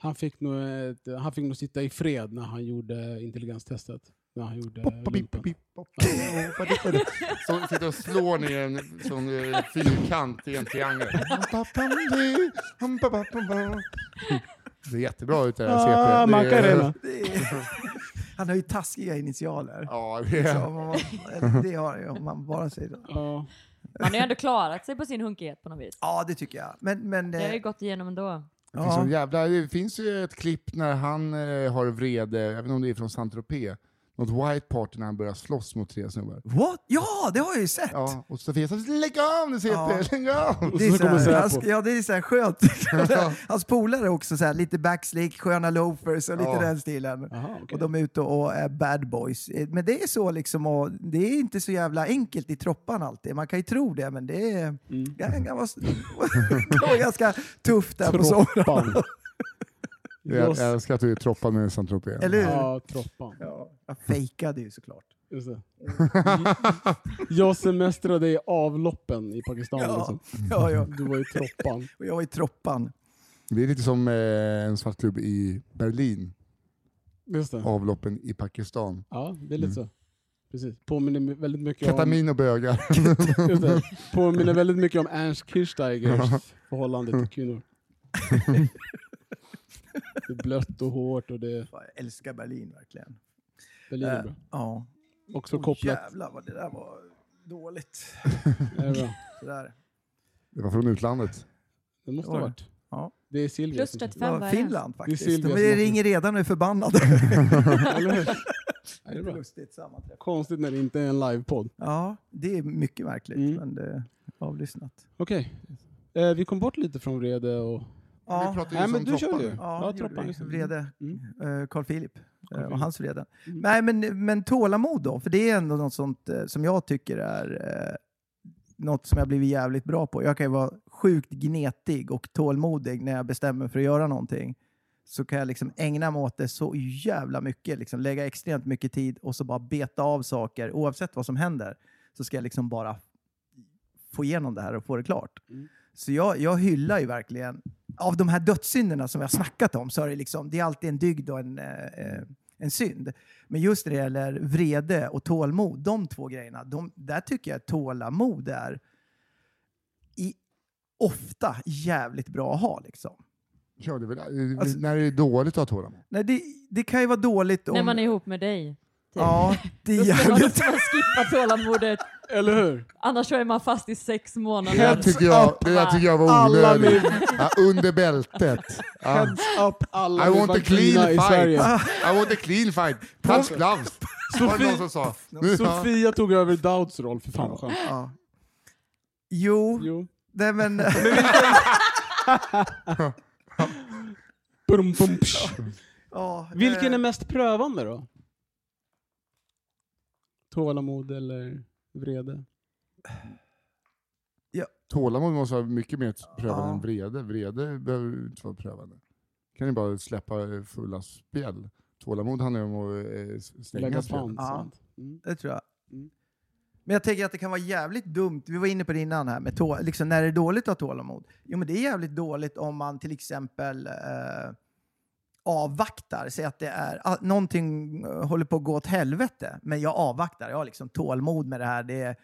S4: Han fick, nog ett, han fick nog sitta i fred när han gjorde intelligenstestet. När han gjorde
S3: Pop, pop, pip,
S4: lumpen.
S3: pip, pop, pop, pop, pop, pop. Så sitter och slår ner en sån eh, fyrkant i en triangel. Det ser jättebra ut det här
S4: Ah,
S3: CP.
S4: man
S3: Det-
S4: kan redan.
S1: Det
S4: <laughs>
S1: är- <laughs> Han har ju taskiga initialer.
S3: Ja, det
S1: Så
S3: är...
S1: om man, eller det har jag, om man bara säger det.
S4: Ja.
S2: Man har ju ändå klarat sig på sin hunkighet på något vis.
S1: Ja, det tycker jag. Men, men,
S2: Det har ju
S1: eh,
S2: gått igenom ändå.
S3: Det finns, en
S1: ja.
S3: jävla, det finns ju ett klipp när han eh, har vrede, jag vet inte om det är från Saint-Tropez, något white party när han börjar slåss mot tre snubbar.
S1: What? Ja, det har jag ju sett!
S3: Ja, och Sofia säger lägg av nu CP,
S1: Ja.
S3: lägg av!
S1: Det är
S4: så
S1: så
S4: kommer
S1: här,
S4: Säpo.
S1: han, ska- ja, det är så här skönt. <laughs> Hans polare också, så här, lite backslick, sköna loafers och lite
S3: Ja.
S1: den stilen.
S4: Aha, okej.
S1: Och de är ute och är bad boys. Eh, Men det är så liksom, och det är inte så jävla enkelt i troppan alltid. Man kan ju tro det, men det är
S4: Mm.
S1: det kan vara s- <laughs> det var ganska tufft där på sommaren.
S4: Troppan.
S3: Jag,
S4: Loss.
S3: jag älskar att du är troppad med Saint-Tropez.
S1: Eller hur?
S4: Ja, troppan.
S1: Ja. Jag fejkade ju såklart.
S4: Just det. Jag semestrade i avloppen i Pakistan.
S1: Ja,
S4: Liksom.
S1: ja, ja.
S4: Du var ju troppan.
S1: Och jag var i troppan.
S3: Det är lite som eh, en svart klubb i Berlin,
S4: Just det.
S3: avloppen i Pakistan.
S4: Ja, det är lite så. Precis. Påminner my- väldigt mycket om,
S3: Mm. Ketamin och bögar.
S4: just det, <laughs> påminner väldigt mycket om Ernst Kirchsteigers förhållande till
S3: <laughs>
S4: kvinnor. Det är blött och hårt och det,
S1: Fan, Jag älskar Berlin verkligen.
S4: det lider
S1: Eh,
S4: bra.
S1: Ja.
S4: Också
S1: Åh,
S4: kopplat...
S1: Jävlar vad det där var dåligt.
S4: Det, är bra.
S1: Det där.
S3: Det var från utlandet.
S4: det måste ha varit.
S1: Ja.
S4: Det är Silvia
S2: Plus
S4: som-
S2: 35
S1: Det
S2: var
S1: var
S2: det.
S1: Finland faktiskt.
S4: Silvia
S1: De
S4: som har-
S1: ringer redan och är
S4: <laughs>
S1: förbannade.
S3: <laughs>
S4: Eller
S1: <laughs>
S4: hur? Ja, det är bra.
S1: Lustigt sammanträff.
S4: Konstigt när det inte är en livepodd.
S1: Ja, det är mycket märkligt.
S4: Mm.
S1: Men det är avlyssnat.
S4: Okej. Eh, vi kom bort lite från vrede och...
S3: Vi
S1: Ja,
S3: pratar ju
S4: Nej,
S3: som
S4: men du
S3: troppar
S4: körde ju.
S3: nu.
S1: ja,
S4: Ja,
S1: gjorde
S4: troppan,
S1: vi.
S4: just det.
S1: Vrede.
S4: Mm.
S1: eh, Carl Philip eh,
S4: Philip.
S1: och hans vrede.
S4: Mm.
S1: Nej, men, men tålamod då. För det är ändå något sånt eh, som jag tycker är eh, något som jag blivit jävligt bra på. Jag kan ju vara sjukt gnetig och tålmodig när jag bestämmer mig för att göra någonting. Så kan jag liksom ägna mig åt det så jävla mycket. Liksom lägga extremt mycket tid och så bara beta av saker. Oavsett vad som händer så ska jag liksom bara få igenom det här och få det klart.
S4: Mm.
S1: Så jag, jag hyllar ju verkligen, av de här dödssynderna som vi har snackat om, så är det, liksom, det är alltid en dygd och en, eh, eh, en synd. Men just när det gäller vrede och tålmod, de två grejerna, de, där tycker jag att tålamod är i, ofta jävligt bra att ha. Liksom.
S3: Körde väl, eh,
S1: Alltså-
S3: när det är dåligt att ha tålamod.
S1: Nej, det, det kan ju vara dåligt om...
S2: När man är ihop med dig.
S1: Ja, det
S2: <laughs> Då
S1: är
S2: ska, man, då
S1: jävligt...
S2: ska man skippa tålamodet,
S4: Eller hur?
S2: annars så är man fast i sex
S3: Det där
S2: månader.
S3: tycker jag, det där tycker jag var
S4: Alla
S3: onödigt. Ja, under bältet. Ja.
S4: Upp alla
S3: I want a
S4: vagina
S3: clean
S4: i Sverige.
S3: fight. I want a clean fight. Touch
S4: <laughs>
S3: gloves. Var det någon som sa. Nu, ja.
S4: Sofia tog över Dauds roll, för fan vad skönt.
S1: Ja. Jo,
S4: Jo.
S1: nej men...
S4: Brum, bum, psh.
S1: ja,
S4: Vilken
S1: eh,
S4: är mest prövande då? Tålamod eller vrede?
S3: Tålamod måste vara mycket mer prövande
S1: Ja.
S3: än vrede. Vrede behöver ju inte vara prövande. kan ju bara släppa eh, fulla spjäll. Tålamod handlar ju om att eh, s- stänga
S4: Lägga
S3: spjäll.
S4: fan.
S1: Ja.
S4: sant. Mm.
S1: Det tror jag.
S4: Mm.
S1: Men jag tänker att det kan vara jävligt dumt, vi var inne på det innan här, med tå, liksom när det är dåligt att ha tålamod. Jo men det är jävligt dåligt om man till exempel eh, avvaktar, säg att det är, ah, någonting eh, håller på att gå åt helvete, men jag avvaktar, jag har liksom tålamod med det här. Det är,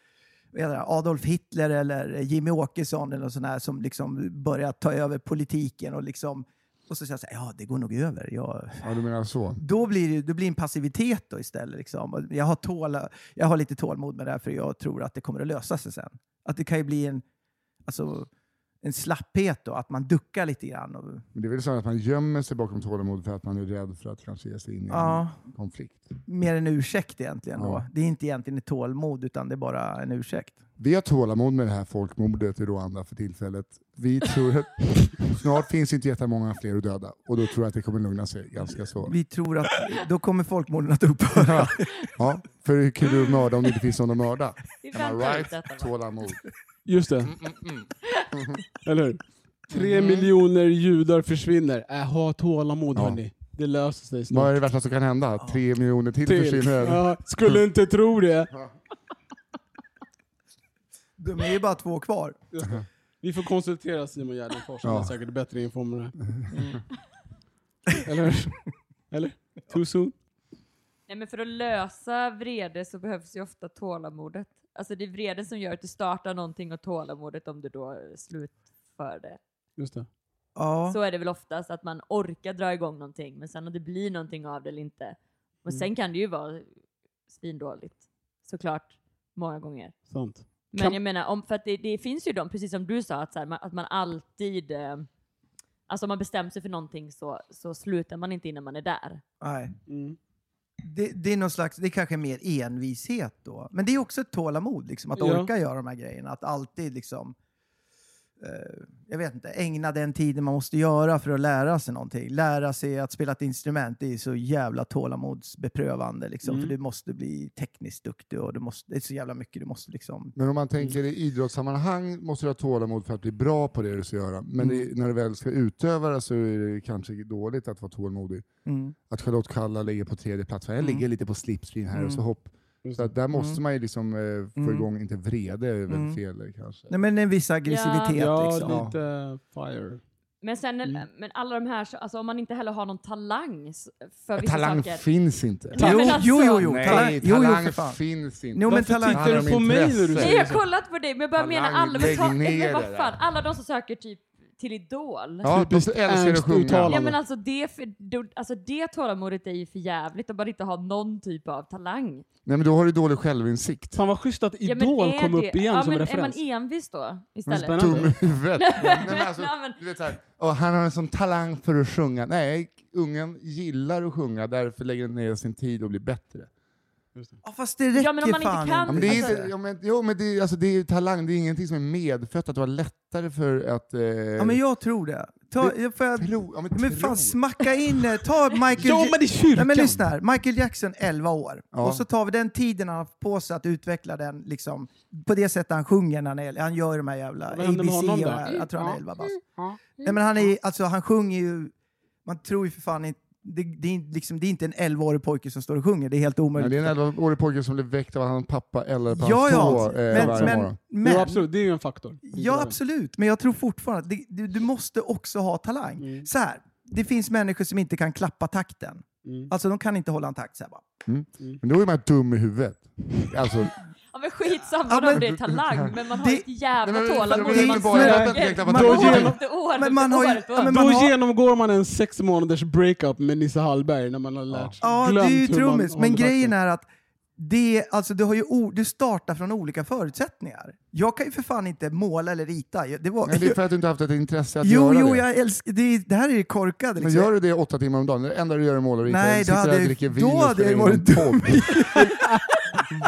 S1: vad heter det, Adolf Hitler eller Jimmy Åkesson eller någon sån här som liksom börjar ta över politiken och liksom och så säger jag så här, ja det går nog över. Jag,
S3: Ja, du menar så.
S1: då blir det, ju- det blir en passivitet då istället. Liksom. Och Jag, har tåla, jag har lite tålamod med det här för jag tror att det kommer att lösa sig sen. Att det kan ju bli en, alltså, en slapphet då, att man duckar lite grann. Och,
S3: Men det är väl så att man gömmer sig bakom tålamod för att man är rädd för att kanske ge sig in i
S1: ja,
S3: en konflikt.
S1: mer en ursäkt egentligen. Då.
S3: Mm. Ja.
S1: Det är inte egentligen ett tålamod utan det är bara en ursäkt.
S3: Vi har tålamod med det här folkmordet i Rwanda för tillfället. Vi tror att snart finns inte jättemånga fler att döda och då tror jag att det kommer lugna sig ganska så.
S1: Vi tror att då kommer folkmorden att upphöra.
S3: Ja, för hur kul är det att mörda om det inte finns någon att mörda?
S2: Vi
S3: Am I
S2: väntar ut
S3: right?
S2: detta, va?
S3: Tålamod.
S4: Just det.
S3: Mm,
S4: <laughs> Eller hur? Tre miljoner judar försvinner. Äh, ha tålamod
S3: Ja.
S4: hörni. Det löser sig snart.
S3: Vad är det värsta som kan hända? Tre miljoner till,
S4: Till.
S3: försvinner.
S4: Ja, skulle inte tro det.
S1: <laughs> De är ju bara två kvar.
S4: Vi får konsultera Simon Gärdenfors, han
S3: Ja.
S4: har säkert bättre info om det här. Mm. Eller? Eller? Too soon?
S2: Nej men för att lösa vrede så behövs ju ofta tålamodet. Alltså det är vreden som gör att du startar någonting och tålamodet om du då slutför det.
S4: Just det.
S1: Ja.
S2: Så är det väl oftast att man orkar dra igång någonting men sen om det blir någonting av det eller inte. Men
S3: Mm.
S2: sen kan det ju vara svindåligt såklart många gånger.
S4: Sant.
S2: Men
S4: Kan-
S2: jag menar, om, för att det, det finns ju de, precis som du sa, att, så här, man, att man alltid... Eh, alltså om man bestämt sig för någonting så, så slutar man inte innan man är där.
S1: Nej.
S4: Mm.
S1: Det, det är någon slags, det är kanske mer envishet då. Men det är också ett tålamod, liksom, att
S4: Ja.
S1: orka göra de här grejerna. Att alltid liksom, eh, jag vet inte, ägna den tiden man måste göra för att lära sig någonting. Lära sig att spela ett instrument, det är så jävla tålamodsbeprövande. Liksom,
S4: Mm.
S1: För du måste bli tekniskt duktig och du måste, det är så jävla mycket du måste liksom...
S3: Men om man tänker i idrottssammanhang måste du ha tålamod för att bli bra på det du ska göra. Men i, när du väl ska utöva det så är det kanske dåligt att vara tålmodig.
S1: Mm.
S3: Att Charlotte Kalla ligger på tredje plats, jag ligger lite på slipstream här och så
S1: Mm.
S3: hopp. Så att där måste
S1: Mm.
S3: man ju liksom eh, få
S1: Mm.
S3: igång, inte vrede är väl
S1: Mm.
S3: fel kanske.
S1: Nej, men en viss aggressivitet.
S4: Ja,
S1: liksom.
S4: lite fire.
S2: Men sen,
S1: Mm.
S2: men alla de här, så- alltså om man inte heller har någon talang s- för vissa
S3: Talang
S2: saker.
S3: finns inte.
S2: Nej,
S1: Jo,
S2: men alltså-
S1: jo, jo, jo.
S3: Nej,
S1: talang, jo, jo, för fan.
S3: finns inte.
S1: Jo, men
S4: Varför
S1: talang-
S3: Det handlar
S4: tittar
S3: om
S4: du på mig när du
S3: intresse.
S2: Nej jag
S4: säger
S2: har
S4: så?
S2: kollat på dig men jag bara
S3: liksom. Talang,
S2: menar alla, men,
S3: lägg
S2: ta,
S3: ner
S2: men vad
S3: det där.
S2: fan, alla de som söker typ till Idol.
S3: Ja, de
S4: Typiskt
S3: älskar att
S4: Ernst
S3: sjunga.
S4: uttalande.
S2: Ja men alltså det, för, då- alltså det tålamodet är ju för jävligt att bara inte ha någon typ av talang.
S3: Nej, men då har du dålig självinsikt.
S4: Fan vad schysst att
S2: Ja, men
S4: Idol
S2: är
S4: kom
S2: det-
S4: upp igen
S2: ja,
S4: som
S2: men
S4: referens.
S2: Är man envis då
S4: Men
S2: istället?
S4: spännande.
S3: Dum <laughs> i huvudet. Nej, men alltså,
S2: Ja, men-
S3: du vet så här, "Åh, han har en sån talang för att sjunga. Nej, ungen gillar att sjunga, därför lägger den ner sin tid och blir bättre.
S1: Ja, fast det räcker
S2: Ja, men om man inte
S1: fan
S2: kan-
S3: Ja, men det är,
S2: Alltså-
S3: inte, ja, men, jo, men det, är- alltså, det är ju talang, det är ingenting som är medfött, att det var lättare för att... Eh,
S1: Ja, men jag tror det. Ta, får jag,
S3: tro, ja, men,
S1: Men
S3: tro.
S1: fan smacka in, eh, ta Michael...
S4: <laughs> Ja
S1: Ja,
S4: men i kyrkan!
S1: Nej men lyssna här, Michael Jackson 11 år.
S3: Ja.
S1: Och så tar vi den tiden han har haft på sig att utveckla den, liksom, på det sättet han sjunger när han, är, han gör de här jävla
S4: Vad händer med
S1: ABC
S4: honom
S1: och
S4: då?
S1: det här. Jag tror han är 11 bast. Nej men han, är, alltså, han sjunger ju, man tror ju för fan inte, det, det, är, inte- liksom, det är inte en 11-årig pojke som står och sjunger, det är helt
S3: Nej,
S1: omöjligt.
S3: det är en 11-årig pojke som blev väckt av att hans pappa eller på
S1: ja,
S3: hans
S1: ja.
S3: tå, eh, varje
S1: men,
S3: morgon.
S1: men, men,
S4: Jo absolut, det är ju en faktor.
S1: Ja, absolut. Men jag tror fortfarande att det, du, du måste också ha talang.
S4: Mm.
S1: Så här, det finns människor som inte kan klappa takten.
S4: Mm.
S1: Alltså de kan inte hålla en takt så här bara.
S3: Men då är man dum i huvudet. Alltså,
S2: Ja men skitsamma
S1: Ja, men-
S2: om det är talang, men man har
S1: Det-
S2: ett jävla
S3: Nej, men-
S2: tålamod.
S3: men-
S2: och man
S3: men- bara-
S2: söker
S3: vänta, jag
S1: glömde
S2: år
S1: att- Då
S2: efter år
S1: Men man
S2: efter
S1: har ju-
S2: år efter
S1: ja,
S2: år.
S1: men-
S4: Då
S1: man har-
S4: genomgår man en sex månaders breakup med Nisse Hallberg när man har lärt sig.
S1: Ja,
S4: glömt
S1: du är ju
S4: hur man
S1: trummis.
S4: håller
S1: Men grejen
S4: takten.
S1: är att det, alltså, du, har ju, o- du startar från olika förutsättningar. Jag kan ju för fan inte måla eller rita. Jag- Det var,
S3: men det är för att du inte haft ett intresse att
S1: jo,
S3: göra
S1: jo,
S3: det.
S1: jag älskar... Det, det här är ju korkade.
S3: Men
S1: liksom.
S3: gör du det åtta timmar om dagen, det enda du gör är målar och ritar,
S1: Nej, då
S3: sitter där
S1: hade-
S3: och dricker vin
S1: då
S3: och
S1: hade
S3: spelar
S1: jag
S3: in
S1: varit
S3: en podd.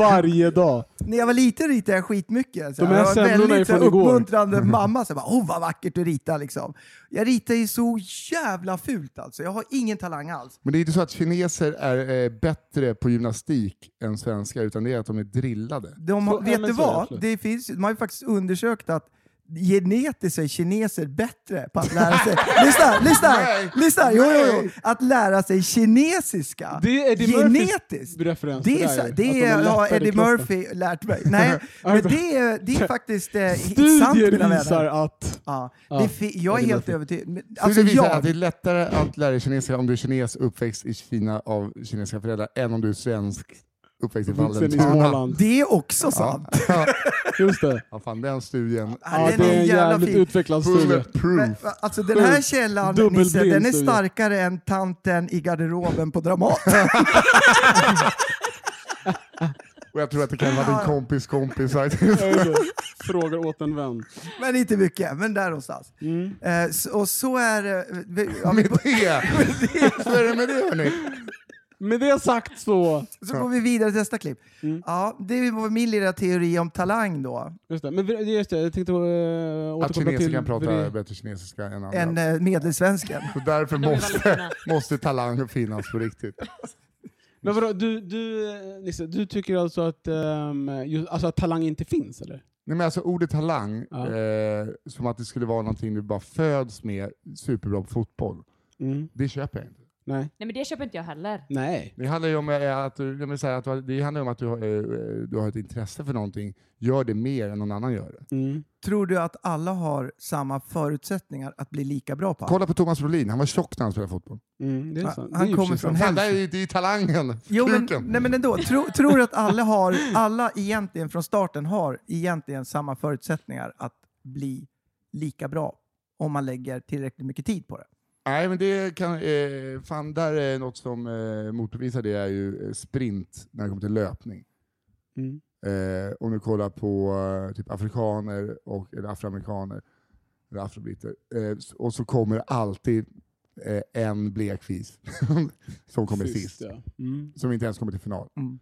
S4: Varje dag.
S1: När jag var liten ritade jag skitmycket. Så
S4: De här
S1: jag var
S4: semlorna är
S1: väldigt så här,
S4: från igår.
S1: uppmuntrande
S3: Mm.
S1: mamma. Så här, bara, oh, vad vackert du ritar liksom. Jag ritar ju så jävla fult alltså. Jag har ingen talang alls.
S3: Men det är inte så att kineser är eh, bättre på gymnastik än svenskar, utan det är att de är drillade.
S1: De,
S4: Så-
S1: har-
S4: ja,
S1: vet
S4: men
S1: du
S4: så är det
S1: vad?
S4: absolut.
S1: Det finns, de har ju faktiskt undersökt att genetiskt är kineser bättre på att lära
S4: <laughs>
S1: sig... lyssna, här, lyssna, här,
S3: Nej.
S1: lyssna! här. Jo, jo, jo.
S3: Nej.
S1: Att lära sig kinesiska
S4: Det är Eddie
S1: genetiskt.
S4: Murphys referens.
S1: Det, är,
S4: där
S1: så-
S4: ju, att de
S1: det är, har
S4: lättare i
S1: Eddie
S4: kroppen.
S1: Murphy lärt mig.
S4: <laughs>
S1: Nej, men det är, <laughs> det är faktiskt eh, sant mina
S4: Studier visar
S1: vänner.
S4: att...
S1: Ja.
S4: Ja,
S1: Det är fi- jag är
S4: Eddie
S1: helt
S4: Murphy.
S1: övertygad. Men,
S3: Så
S1: Alltså,
S3: det visar att
S1: jag,
S3: det är lättare att lära dig kinesiska om du är kines uppväxt i Kina av kinesiska föräldrar än om du är svensk uppväxt i
S4: Vuxen i
S3: Vallentuna.
S4: Småland.
S1: det är också
S4: <laughs>
S1: sant.
S4: Just det.
S3: Ja, fan, den studien.
S1: Ja,
S4: Ja, det är en jävligt
S1: fin.
S4: utvecklad studie.
S3: Bullet proof.
S1: Men, Alltså den här
S4: Dubbel-
S1: källan,
S4: dubbelblind
S1: Nisse, den är
S4: studie.
S1: starkare än tanten i garderoben på
S4: <laughs>
S1: Dramaten.
S3: Och jag tror att det kan vara din kompis kompis. <laughs>
S4: Frågar åt en vän.
S1: men inte mycket, men där någonstans.
S3: Mm. <laughs>
S1: Eh, s- och så är det... vi- Ja, men-
S3: med det! Så är det med det hörni.
S4: Med det sagt så...
S1: <laughs> Så går vi vidare till nästa klipp.
S3: Mm.
S1: Ja, det var min lilla teori om talang då.
S4: Just det, men vri- just det, jag tänkte eh, återkoppla
S3: Att
S4: till...
S3: kineser kan prata
S4: vri-
S3: bättre kinesiska än andra.
S1: En eh, medelsvensken.
S3: Så därför
S2: är väldigt fina.
S3: måste, måste talang finnas på riktigt.
S4: Men vadå, du, du, eh, Nisse, du tycker alltså att, ehm, ju- alltså att talang inte finns, eller?
S3: Nej, men alltså ordet talang,
S4: Ja.
S3: eh, som att det skulle vara någonting du bara föds med, superbra på fotboll.
S4: Mm.
S3: Det köper jag inte.
S4: Nej.
S2: Nej men det köper inte jag heller.
S4: Nej.
S3: Det handlar ju om, eh, att, du, jag vill säga att, du har- det handlar om att du, har, eh, du har ett intresse för någonting. Gör det mer än någon annan gör det.
S4: Mm.
S1: Tror du att alla har samma förutsättningar att bli lika bra på allt?
S3: Kolla på Thomas Brolin, han var tjock när han spelade fotboll.
S4: Mm, det är
S1: Han-
S4: sant.
S1: han
S4: det är ju
S1: kommer
S4: precis
S1: från
S4: sant.
S3: Fan, där är ju- det är ju talangen!
S1: Jo, men,
S3: Kuken.
S1: nej, men ändå. Tro, tror du att alla, har, alla egentligen från starten har egentligen samma förutsättningar att bli lika bra om man lägger tillräckligt mycket tid på det?
S3: Nej, men det kan... Eh, fan, där är något som eh, motbevisar det är ju eh, sprint när det kommer till löpning.
S4: Mm.
S3: Eh, om du kollar på eh, typ afrikaner, och, eller afroamerikaner, eller afrobriter, eh, s- och så kommer alltid eh, en blekfis <laughs> som kommer sist.
S4: ja. Mm.
S3: Som inte ens kommer till final.
S1: Mm.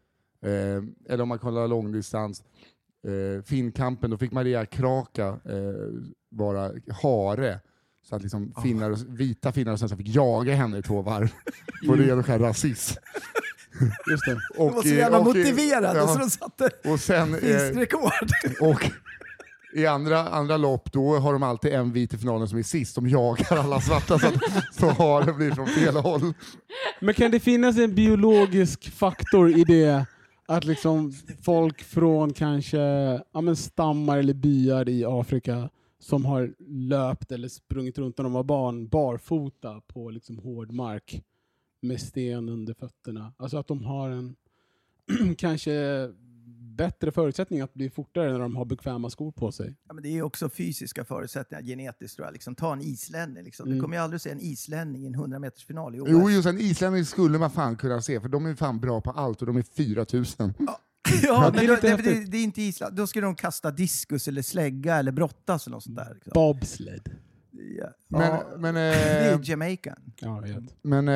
S3: Eh, eller om man kollar långdistans, eh, Finnkampen, då fick Maria Kraka eh, vara hare. Så att liksom
S1: Ah.
S3: finnar, och- vita finnar och svenskar fick jaga henne i
S1: <laughs>
S3: två varv. På ren och skär rasism.
S4: Just det.
S3: Och,
S1: De var så
S3: eh,
S1: jävla
S3: och, eh,
S1: motiverade
S3: ja,
S1: så de satte
S3: och sen, eh,
S1: vinstrekord.
S3: och i andra, andra lopp, då har de alltid en vit i finalen som är sist. De jagar alla svarta så, att, så har det blivit från fel håll.
S4: Men kan det finnas en biologisk faktor i det? Att liksom folk från kanske ja, men stammar eller byar i Afrika som har löpt eller sprungit runt när de var barn barfota på liksom hård mark med sten under fötterna. Alltså att de har en <clears throat> kanske bättre förutsättning att bli fortare när de har bekväma skor på sig.
S1: Ja, men det är ju också fysiska förutsättningar genetiskt tror jag. Liksom, ta en islänning. Liksom. Du
S4: Mm.
S1: kommer ju aldrig se en islänning i en 100-metersfinal i OS. <laughs>
S3: Jo, just en islänning skulle man fan kunna se, för de är fan bra på allt och de är 4000.
S1: ja,
S4: det är
S1: men då,
S4: lite
S1: nej, men det,
S4: häftigt.
S1: det är inte Island. Då skulle de kasta diskus eller slägga eller brottas eller något sånt där. Liksom.
S4: Bobsled.
S1: Ja.
S3: Men,
S1: ja,
S3: men,
S1: det är <laughs>
S3: eh,
S1: Jamaica.
S4: Ja, jag vet.
S3: men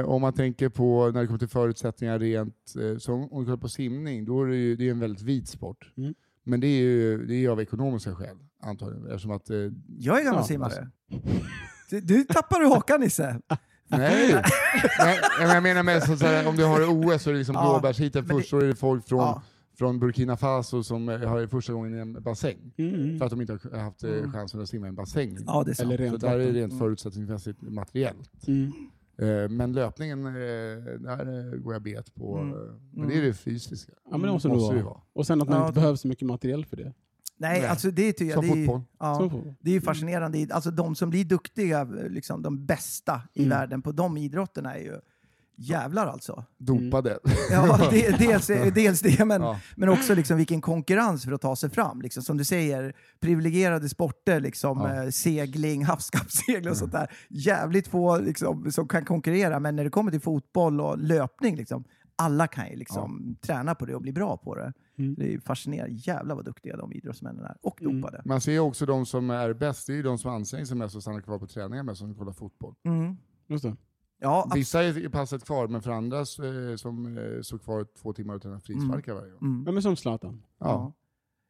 S3: eh, om man tänker på när det kommer till förutsättningar rent, eh, som om du kollar på simning, då är det ju det är en väldigt vit sport.
S4: Mm.
S3: Men det är ju det är ju av ekonomiska skäl, antagligen. Eftersom att, eh,
S1: Jag är gammal
S4: Ja,
S1: simmare.
S4: alltså.
S1: Du, du tappar du hakan Nisse.
S3: nej, nej, men jag menar med så, så här, om du har OS så är det liksom
S1: Ja,
S3: blåbärshiten
S1: men
S3: först, då är det folk från,
S1: Ja.
S3: från Burkina Faso som eh, har första gången i en bassäng.
S4: Mm.
S3: För att de inte har haft eh, chansen att simma i en bassäng.
S1: Ja, det är sant.
S4: Eller
S3: Så
S4: rent
S3: det här är
S4: vatten.
S1: Mm.
S3: rent förutsättningsmässigt materiellt.
S4: Mm.
S3: Eh, Men löpningen, eh, där eh, går jag bet på.
S1: Mm.
S3: eh, Men det är det fysiska.
S4: Ja, men det måste det
S3: måste det
S4: vara.
S3: vara.
S4: Och sen att man
S1: Ja,
S4: inte
S1: det-
S4: behöver så mycket materiell för det.
S1: Nej,
S3: Nej.
S1: alltså det tycker jag.
S3: Som
S1: Det är, ju-
S3: fotboll.
S1: Ja,
S4: Så får vi.
S1: det är ju fascinerande. Alltså de som blir duktiga, liksom de bästa i
S4: Mm.
S1: världen på de idrotterna är ju jävlar alltså.
S3: Dopade.
S1: Ja, <laughs> det, dels, dels det, men,
S3: Ja.
S1: men också liksom vilken konkurrens för att ta sig fram. Liksom, som du säger, privilegierade sporter, liksom,
S3: Ja.
S1: eh, segling, <laughs> havskappsegling
S4: Mm.
S1: och sånt där. Jävligt få liksom, som kan konkurrera, men när det kommer till fotboll och löpning, liksom, alla kan ju liksom, träna på det och bli bra på det.
S4: Mm.
S1: Det är fascinerande. Jävlar vad duktiga de idrottsmännen är. Och
S4: Mm.
S1: dopade.
S3: <laughs> Man ser ju också de som är bäst, det är ju de som anstränger sig mest och stannar kvar på träningar mest som kollar fotboll.
S1: Mm.
S4: Just det.
S1: Ja, ab-
S3: Vissa är i passet kvar, men för andra eh, som eh, står kvar två timmar och tränar frisparkar varje gång.
S1: mm.
S4: Ja, men som Zlatan.
S1: ja.
S3: Ja.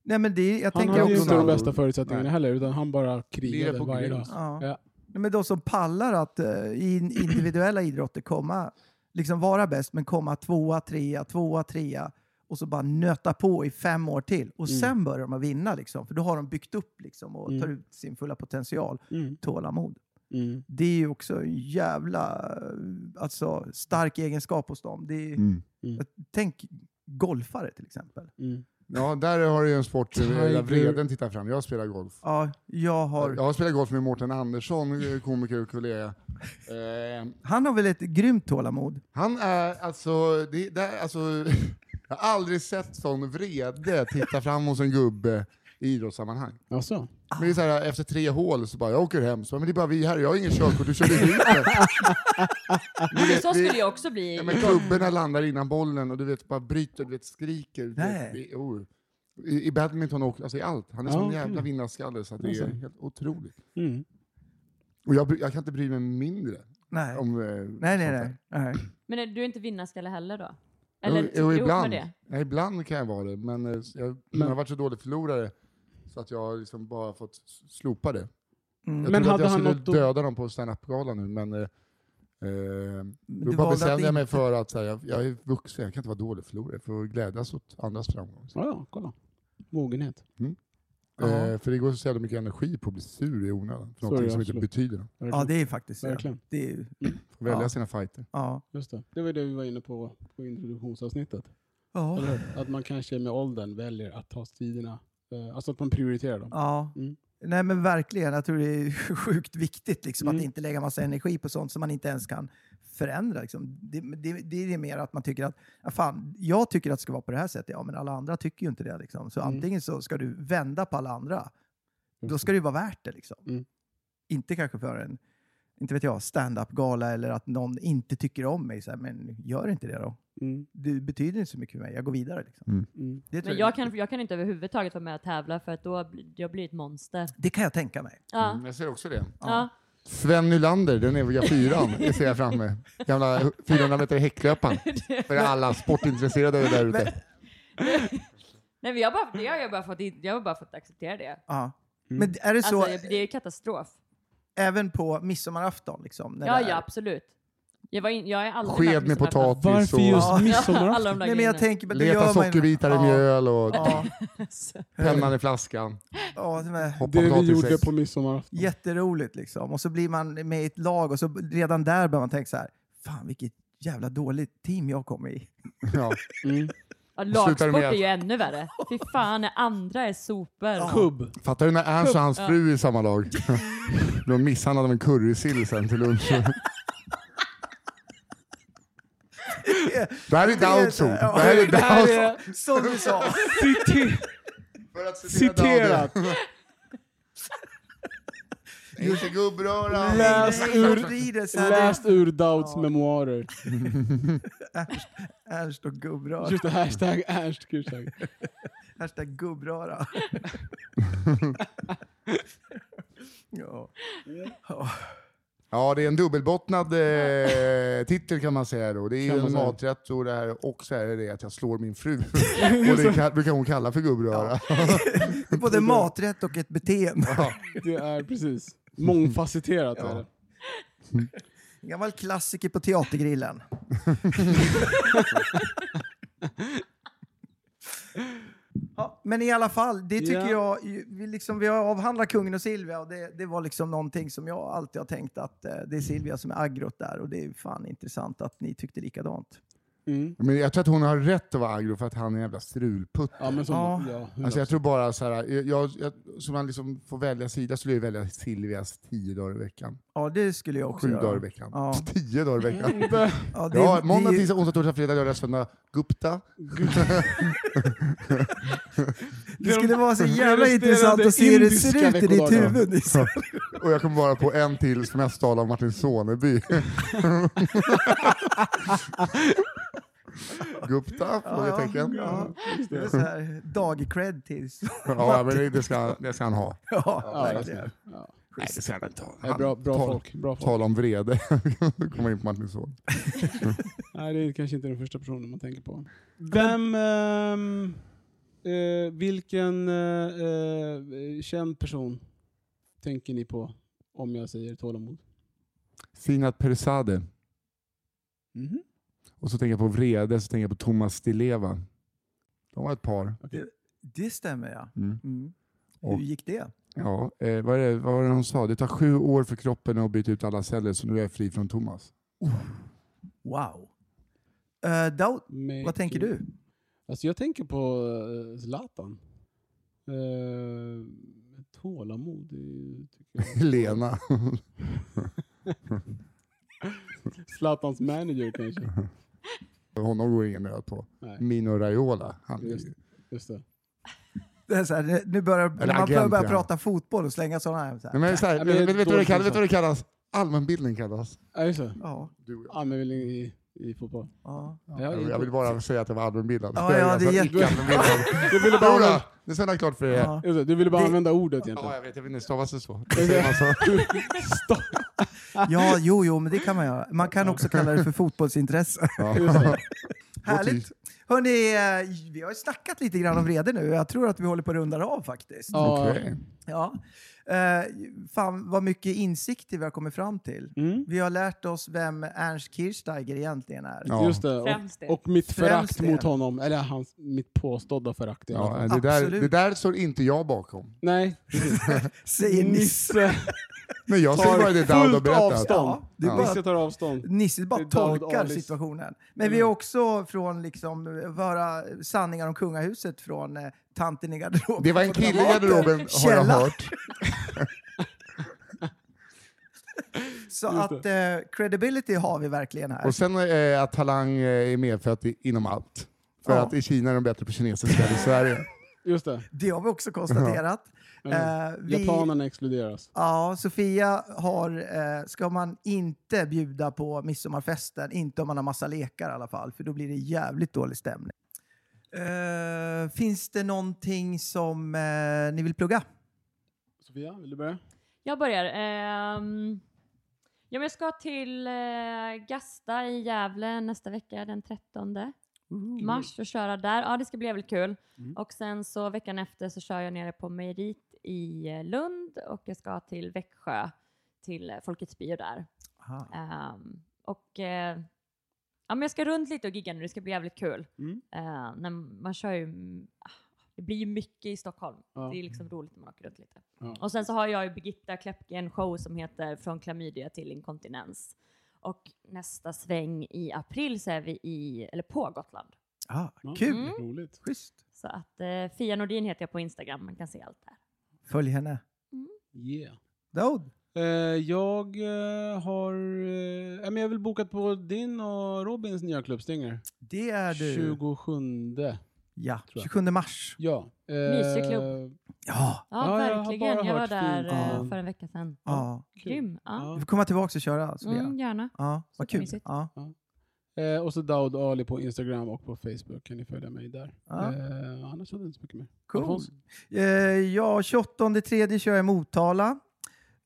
S1: Nej, men det, jag
S4: Han
S1: tänker
S4: hade ju
S1: också...
S4: inte de
S3: Ronaldo.
S4: bästa förutsättningarna
S3: Nej.
S4: heller, utan han bara
S3: Lirar
S4: krigade
S3: på
S4: varje dag.
S3: grus.
S1: Ja.
S4: Ja.
S1: Nej, Men de som pallar att eh, i in- individuella idrotter komma, liksom vara bäst, men komma tvåa, trea, tvåa, trea och så bara nöta på i fem år till. Och
S4: Mm.
S1: sen börjar de att vinna, liksom, för då har de byggt upp liksom, och
S4: Mm.
S1: tar ut sin fulla potential.
S4: Mm.
S1: Tålamod.
S4: Mm.
S1: Det är ju också en jävla eh, alltså, stark egenskap hos dem. Det är,
S3: Mm.
S1: Tänk golfare till exempel.
S4: Mm.
S3: Ja, där har du ju en sport eh,
S4: Tiger.
S3: där vreden tittar fram. Jag spelar golf.
S1: Ja, jag har,
S3: Jag har spelat golf med Mårten Andersson, eh, komiker och kollega. Eh,
S1: han har väl ett grymt tålamod?
S3: Han är alltså... Det, där, alltså <laughs> jag har aldrig sett sån vrede titta fram hos en gubbe i idrottssammanhang.
S4: Alltså.
S3: Men det är så här, efter tre hål så bara, jag åker hem. Så, bara, men det är bara vi här, jag har ingen körkort, du körde hit mig. Du vet,
S2: Så
S3: vi-
S2: skulle jag också bli.
S3: Ja, men gubbarna landar innan bollen och du vet, bara bryter, du vet, skriker. Du
S1: Nej.
S3: Vet, det, oh. I, I badminton och alltså i allt. Han är
S4: Ja,
S3: sån
S4: okej.
S3: jävla vinnarskalle så att det är
S4: Alltså.
S3: helt otroligt.
S4: Mm.
S3: Och jag, bry- jag kan inte bry mig mindre
S1: Nej.
S3: om... eh,
S1: Nej, nej,
S3: sånt där.
S1: nej. nej.
S2: Men är- du är inte vinnarskalle heller då?
S3: Jo,
S2: Eller
S3: jo,
S2: ihop
S3: ibland.
S2: med det?
S3: Ja, ibland kan jag vara det, men eh, jag, jag har varit så dålig förlorare så att jag har liksom bara fått s- slopa det.
S4: Mm.
S3: Jag
S4: Men
S3: trodde
S4: hade
S3: att
S4: han
S3: jag skulle
S4: något att-
S3: döda dem på standup-galan nu, men eh, eh,
S1: du
S3: då
S1: valde
S3: bara
S1: att
S3: bestämde jag mig
S1: inte-
S3: för att så här, jag, jag är vuxen, jag kan inte vara dålig förlorare för att glädjas åt andras framgång.
S4: Ja, ja, kolla. Mogenhet.
S1: Ja.
S3: Eh, för det går så jävla mycket energi på att bli sur i onödan för
S4: Så är
S3: någonting
S4: det
S3: som inte
S4: absolut.
S3: betyder något.
S4: Verkligen.
S1: Ja, det är faktiskt det.
S4: Verkligen.
S1: det är,
S3: Får välja
S1: Ja.
S3: sina fighter.
S1: ja.
S4: Just det. det var ju det vi var inne på på introduktionsavsnittet.
S1: Ja.
S4: Eller hur? Att man kanske med åldern väljer att ta striderna. Eh, Alltså att man prioriterar dem.
S1: Ja.
S4: Mm.
S1: Nej men verkligen, jag tror det är <laughs> sjukt viktigt liksom, att
S4: Mm.
S1: inte lägga massa energi på sånt som man inte ens kan förändra. Liksom. Det, det, det är mer att man tycker att, ja, fan, jag tycker att det ska vara på det här sättet, ja men alla andra tycker ju inte det. Liksom. Så
S4: Mm.
S1: antingen så ska du vända på alla andra, då
S4: Just
S1: ska det ju vara värt det. Liksom.
S4: Mm.
S1: Inte kanske för en, inte vet jag, stand-up-gala eller att någon inte tycker om mig, så här, men gör inte det då.
S4: Mm.
S1: Du betyder inte så mycket för mig, jag går vidare. Liksom.
S4: Mm.
S1: Det, tror
S2: Men
S1: jag,
S2: jag kan, jag kan inte överhuvudtaget vara med och tävla för att då blir- jag blir ett monster.
S1: det kan jag tänka mig.
S2: Ja.
S3: Mm, jag ser också det.
S2: Ja.
S3: Sven Nylander, den eviga fyran, det ser jag framme. Gamla 400 meter häcklöparen. För alla sportintresserade där ute.
S2: Nej, men jag, bara, det har jag, bara fått, in- jag har bara fått acceptera det.
S1: Ja.
S3: Mm.
S1: Men är det så,
S2: Alltså, det är katastrof.
S1: även på midsommarafton? Liksom, när
S2: Ja,
S1: det är-
S2: ja, absolut. Jag, var in, jag är aldrig
S3: Sked med
S2: midsommarafton. <laughs>
S3: potatis
S4: Varför
S3: och
S4: just
S1: Ja. <laughs>
S2: Alla
S4: midsommarafton?
S2: de där
S1: Nej, men jag
S2: grejerna.
S1: tänker på det
S3: leta
S1: gör man ju-
S3: sockerbitar i
S1: Ja,
S3: mjöl och
S1: Ja,
S3: pennan i flaskan.
S1: ja, det är
S3: Hoppa
S4: Det vi gjorde
S3: potatissex.
S4: på midsommarafton.
S1: jätteroligt liksom. Och så blir man med i ett lag och så redan där börjar man tänka så här, fan vilket jävla dåligt team jag kom
S3: <laughs>
S1: i.
S3: Ja.
S4: Mm.
S3: Slutar
S2: Ja, lagsport
S3: med
S2: är
S3: att-
S2: ju ännu värre. Fy fan, när andra är sopor.
S4: Kubb.
S3: Fattar du när Ernst och hans
S2: Ja.
S3: fru är i samma lag? <laughs> De misshandlade av en currysill sen till lunch. Det här är Dauds ord. Det här är
S4: Det här
S3: Dauds
S4: är
S1: Som du
S3: <laughs>
S1: sa!
S4: citer-
S3: För att citera Daud.
S4: citerat.
S3: <laughs> Inte gubbröra.
S4: Läs ur,
S1: Ridelse,
S4: läst ur Dauds
S1: Ja.
S4: memoarer.
S1: Ernst och gubbröra.
S4: Just det, hashtag Ernst Kursak.
S1: Hashtag
S3: <laughs>
S1: gubbröra. <laughs> ja. Ja.
S3: Ja, det är en dubbelbottnad eh, <laughs> titel kan man säga. Då. Det är
S4: Kan
S3: ju
S4: man
S3: en
S4: säga.
S3: maträtt och det här, och så är det det att jag slår min fru. och det kan, brukar hon kalla för gubbröra.
S1: Det är både maträtt och ett beteende.
S3: Ja.
S4: Det är precis. <laughs> Mångfacetterat är det.
S1: En <laughs> gammal klassiker på teatergrillen. ja, men i alla fall, det tycker
S4: Ja.
S1: jag, ju- vi, liksom, vi har avhandlat kungen och Silvia och det, det var liksom någonting som jag alltid har tänkt att eh, det är Silvia som är aggrot där och det är fan intressant att ni tyckte likadant.
S4: Mm.
S3: <laughs> Men jag tror att hon har rätt att vara aggro för att han är en jävla strulputt.
S4: Ja, men som,
S1: Ja.
S4: ja.
S3: Alltså
S4: hundra
S3: jag tror bara så här, jag, jag, jag- så man liksom får välja sida så skulle jag välja Silvias tio dagar i veckan.
S1: Ja, det skulle jag också
S3: Sju
S1: göra.
S3: dagar i veckan.
S1: Ja.
S3: Tio dagar i veckan.
S4: procent.
S1: Ja, det,
S3: Ja,
S1: det-
S3: måndag, tisdag, onsdag, torsdag, fredag, lördag, söndag. Gupta.
S1: det skulle vara så
S4: De
S1: jävla
S4: resterande
S1: intressant att se hur det ser
S4: indiska
S1: ut i ditt
S4: veckodagarna.
S1: huvud. Nisse.
S3: Och jag kommer vara på en till semesterdal av Martin Soneby. Gupta? Frågetecken.
S1: Ja, det är så här Dag-cred tills...
S3: Ja, men det ska, det ska han ha.
S1: <laughs> Ja,
S4: Ja,
S1: verkligen.
S4: det ja.
S3: Nej, det ska han inte ha.
S4: Nej, bra, bra
S3: tal-
S4: folk. Bra folk.
S3: Tala om vrede. <laughs> Komma in på Martin Soneby.
S4: Nej, det är kanske inte den första personen man tänker på. Vem... ehm, eh, vilken eh, eh, känd person tänker ni på om jag säger tålamod?
S3: Sinat Persade.
S4: Mhm.
S3: Och så tänker jag på vrede, så tänker jag på Thomas Di Leva. De var ett par.
S1: Det stämmer ja.
S3: Mm.
S1: Mm.
S3: Och-
S1: Hur gick det?
S3: Ja, eh, vad, är det, vad var det hon sa? Det tar sju år för kroppen att byta ut alla celler, så nu är jag fri från Thomas.
S1: Wow. Eh, Daud,
S4: Make-
S1: vad tänker du?
S4: Alltså jag tänker på eh, Zlatan. Uh, tålamod, det är- tycker jag.
S3: Lena. <laughs>
S4: Zlatans manager kanske.
S3: Honom går ingen nöd på.
S4: Nej.
S3: Mino Raiola. Han är
S4: Just,
S3: ju-
S4: just det.
S1: Det är så här, nu- nu börjar man
S3: agent,
S1: börjar börja
S3: ja.
S1: prata fotboll och slänga sådana här. Så här.
S3: Nej, men så här,
S4: Ja, men
S3: vet,
S4: det är
S3: vet, vet, du vad det
S4: dåligt
S3: kallas, vet du vad det kallas? Allmänbildning kallas.
S4: Ja, just det.
S1: Ja,
S4: Ja, men väl i, i fotboll.
S1: ja.
S4: Ja, i-
S3: Jag vill bara säga att jag var allmänbildad.
S1: Ja, ja, det är jätte-
S4: <laughs> Du ville bara,
S3: Jodå, det ska jag ha klart för er.
S1: Ja.
S4: just det, du ville bara
S1: Det-
S4: använda ordet egentligen. <laughs>
S3: Ja, jag vet. Jag vet inte, stavas det så? Det säger man så.
S4: Stopp.
S1: Ja, jo, jo, men det kan man göra. Man kan också kalla det för fotbollsintresse. <laughs>
S3: <laughs>
S1: Härligt. Hörni, eh, vi har ju snackat lite grann om vrede nu. Jag tror att vi håller på att runda av faktiskt.
S4: Ja. Okej.
S1: Ja. Eh, fan vad mycket insikter vi har kommit fram till.
S3: Mm.
S1: Vi har lärt oss vem Ernst Kirchsteiger egentligen är.
S4: <laughs> Just det.
S2: Främst det.
S4: Och, och mitt
S1: Främst
S4: förakt
S1: det.
S4: mot honom, eller hans, mitt påstådda förakt i alla fall.
S3: Ja, det, där,
S1: Absolut.
S3: det där står inte jag bakom.
S4: Nej,
S1: Säger Nisse.
S3: Men jag säger bara det
S4: tar
S3: Dowd har
S4: fullt
S3: berättat.
S4: avstånd.
S1: det är bara- Mm.
S4: Nisse tar avstånd.
S1: Nisse
S4: Det
S1: bara
S4: är David
S1: tolkar
S4: Alis.
S1: situationen. Men
S3: Mm.
S1: vi har också från liksom, våra sanningar om kungahuset från eh, tanten i garderoben.
S3: Det var en
S1: på
S3: kille i
S1: Dramaten.
S3: garderoben har jag
S1: Källa.
S3: hört.
S1: Så att eh, credibility har vi verkligen här.
S3: Och sen eh, att talang eh, är medfött i- inom allt. För
S1: Ja.
S3: att i Kina är de bättre på kinesiska än i Sverige.
S4: Just det. Mm.
S1: Det har vi också konstaterat. Eh, vi-
S4: Japanerna exkluderas.
S1: Ja, Sofia har, eh, ska man inte bjuda på midsommarfesten, inte om man har massa lekar i alla fall, för då blir det jävligt dålig stämning. Eh, finns det någonting som eh, ni vill plugga?
S4: Sofia, vill du börja?
S2: Jag börjar. ehm, ja, men jag ska till eh, Gasta i Gävle nästa vecka, den 13 mars, och köra där. Ja, det ska bli jävligt kul.
S4: Mm.
S2: Och sen så veckan efter så kör jag nere på Merit i eh, Lund och jag ska till Växjö till eh, Folkets bio där.
S1: Aha.
S2: Ehm, och eh, ja, men jag ska runt lite och gigga nu, det ska bli jävligt kul.
S4: Mm.
S2: Eh, när man kör ju, ah, det blir ju mycket i Stockholm.
S4: Ja.
S2: Det är liksom roligt när man åker runt lite.
S4: Ja.
S2: Och sen så har jag ju Birgitta Kläppke en show som heter Från klamydia till inkontinens. Och nästa sväng i april så är vi i, eller på Gotland.
S1: Ah,
S4: Ja.
S1: kul!
S2: Mm.
S4: Roligt.
S1: Schysst.
S2: Så att eh, Fia Nordin heter jag på Instagram, man kan se allt där.
S1: Följ henne.
S4: Yeah.
S1: Daoud?
S4: Eh, jag eh, har... Eh, ja, men jag har väl bokat på din och Robins nya klubbstänger.
S1: Det är du.
S4: 27.
S1: ja,
S4: jag.
S1: 27 mars.
S4: Ja. Eh,
S2: Mysig klubb.
S1: Ja,
S4: Ja,
S2: Ja,
S4: jag har
S2: verkligen.
S4: bara
S2: Jag, var
S4: hört
S2: där
S4: fint
S2: eh,
S1: om-
S2: för en vecka sedan.
S1: ja.
S4: kul.
S2: Grym. Ja.
S1: Vi får komma tillbaka och köra, Sofia.
S2: Mm, gärna.
S1: Ja, vad kul.
S2: Supermysigt.
S1: Ja.
S4: Eh, och så Daud Ali på Instagram och på Facebook kan ni följa mig där.
S1: Ja.
S4: Eh, annars hade jag inte så mycket mer.
S1: Cool.
S4: Alfons?
S1: Eh, ja, 28 tredje kör jag Motala.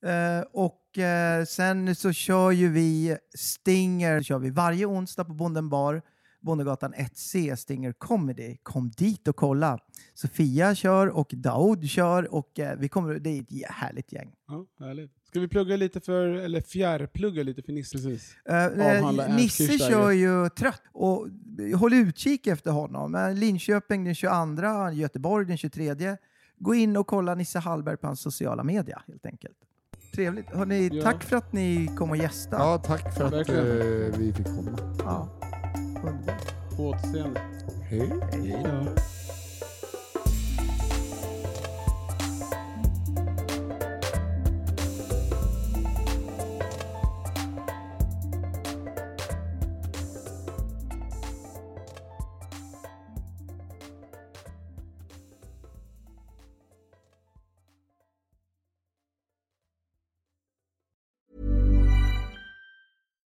S1: Eh, och eh, sen så kör ju vi Stinger kör vi varje onsdag på Bonden bar. Bondegatan 1C, Stinger Comedy. Kom dit och kolla. Sofia kör och Daoud kör och eh, vi kommer, det är ett jä- härligt gäng.
S4: Ja, härligt. Ska vi plugga lite för, eller fjärrplugga lite för Nisses hus?
S1: Eh, eh,
S4: Avhandla Ernst
S1: Nisse
S4: Kirchsteiger.
S1: kör ju trött och eh, håll utkik efter honom. Eh, Linköping den 22, Göteborg den 23. Gå in och kolla Nisse Hallberg på hans sociala media helt enkelt. Trevligt. Hörrni,
S4: Ja.
S1: tack för att ni kom och gästade.
S3: Ja, tack för att
S4: Verkligen.
S3: eh, vi fick komma.
S1: Ja. Underbart.
S4: På återseende.
S3: Hej.
S4: Hej då.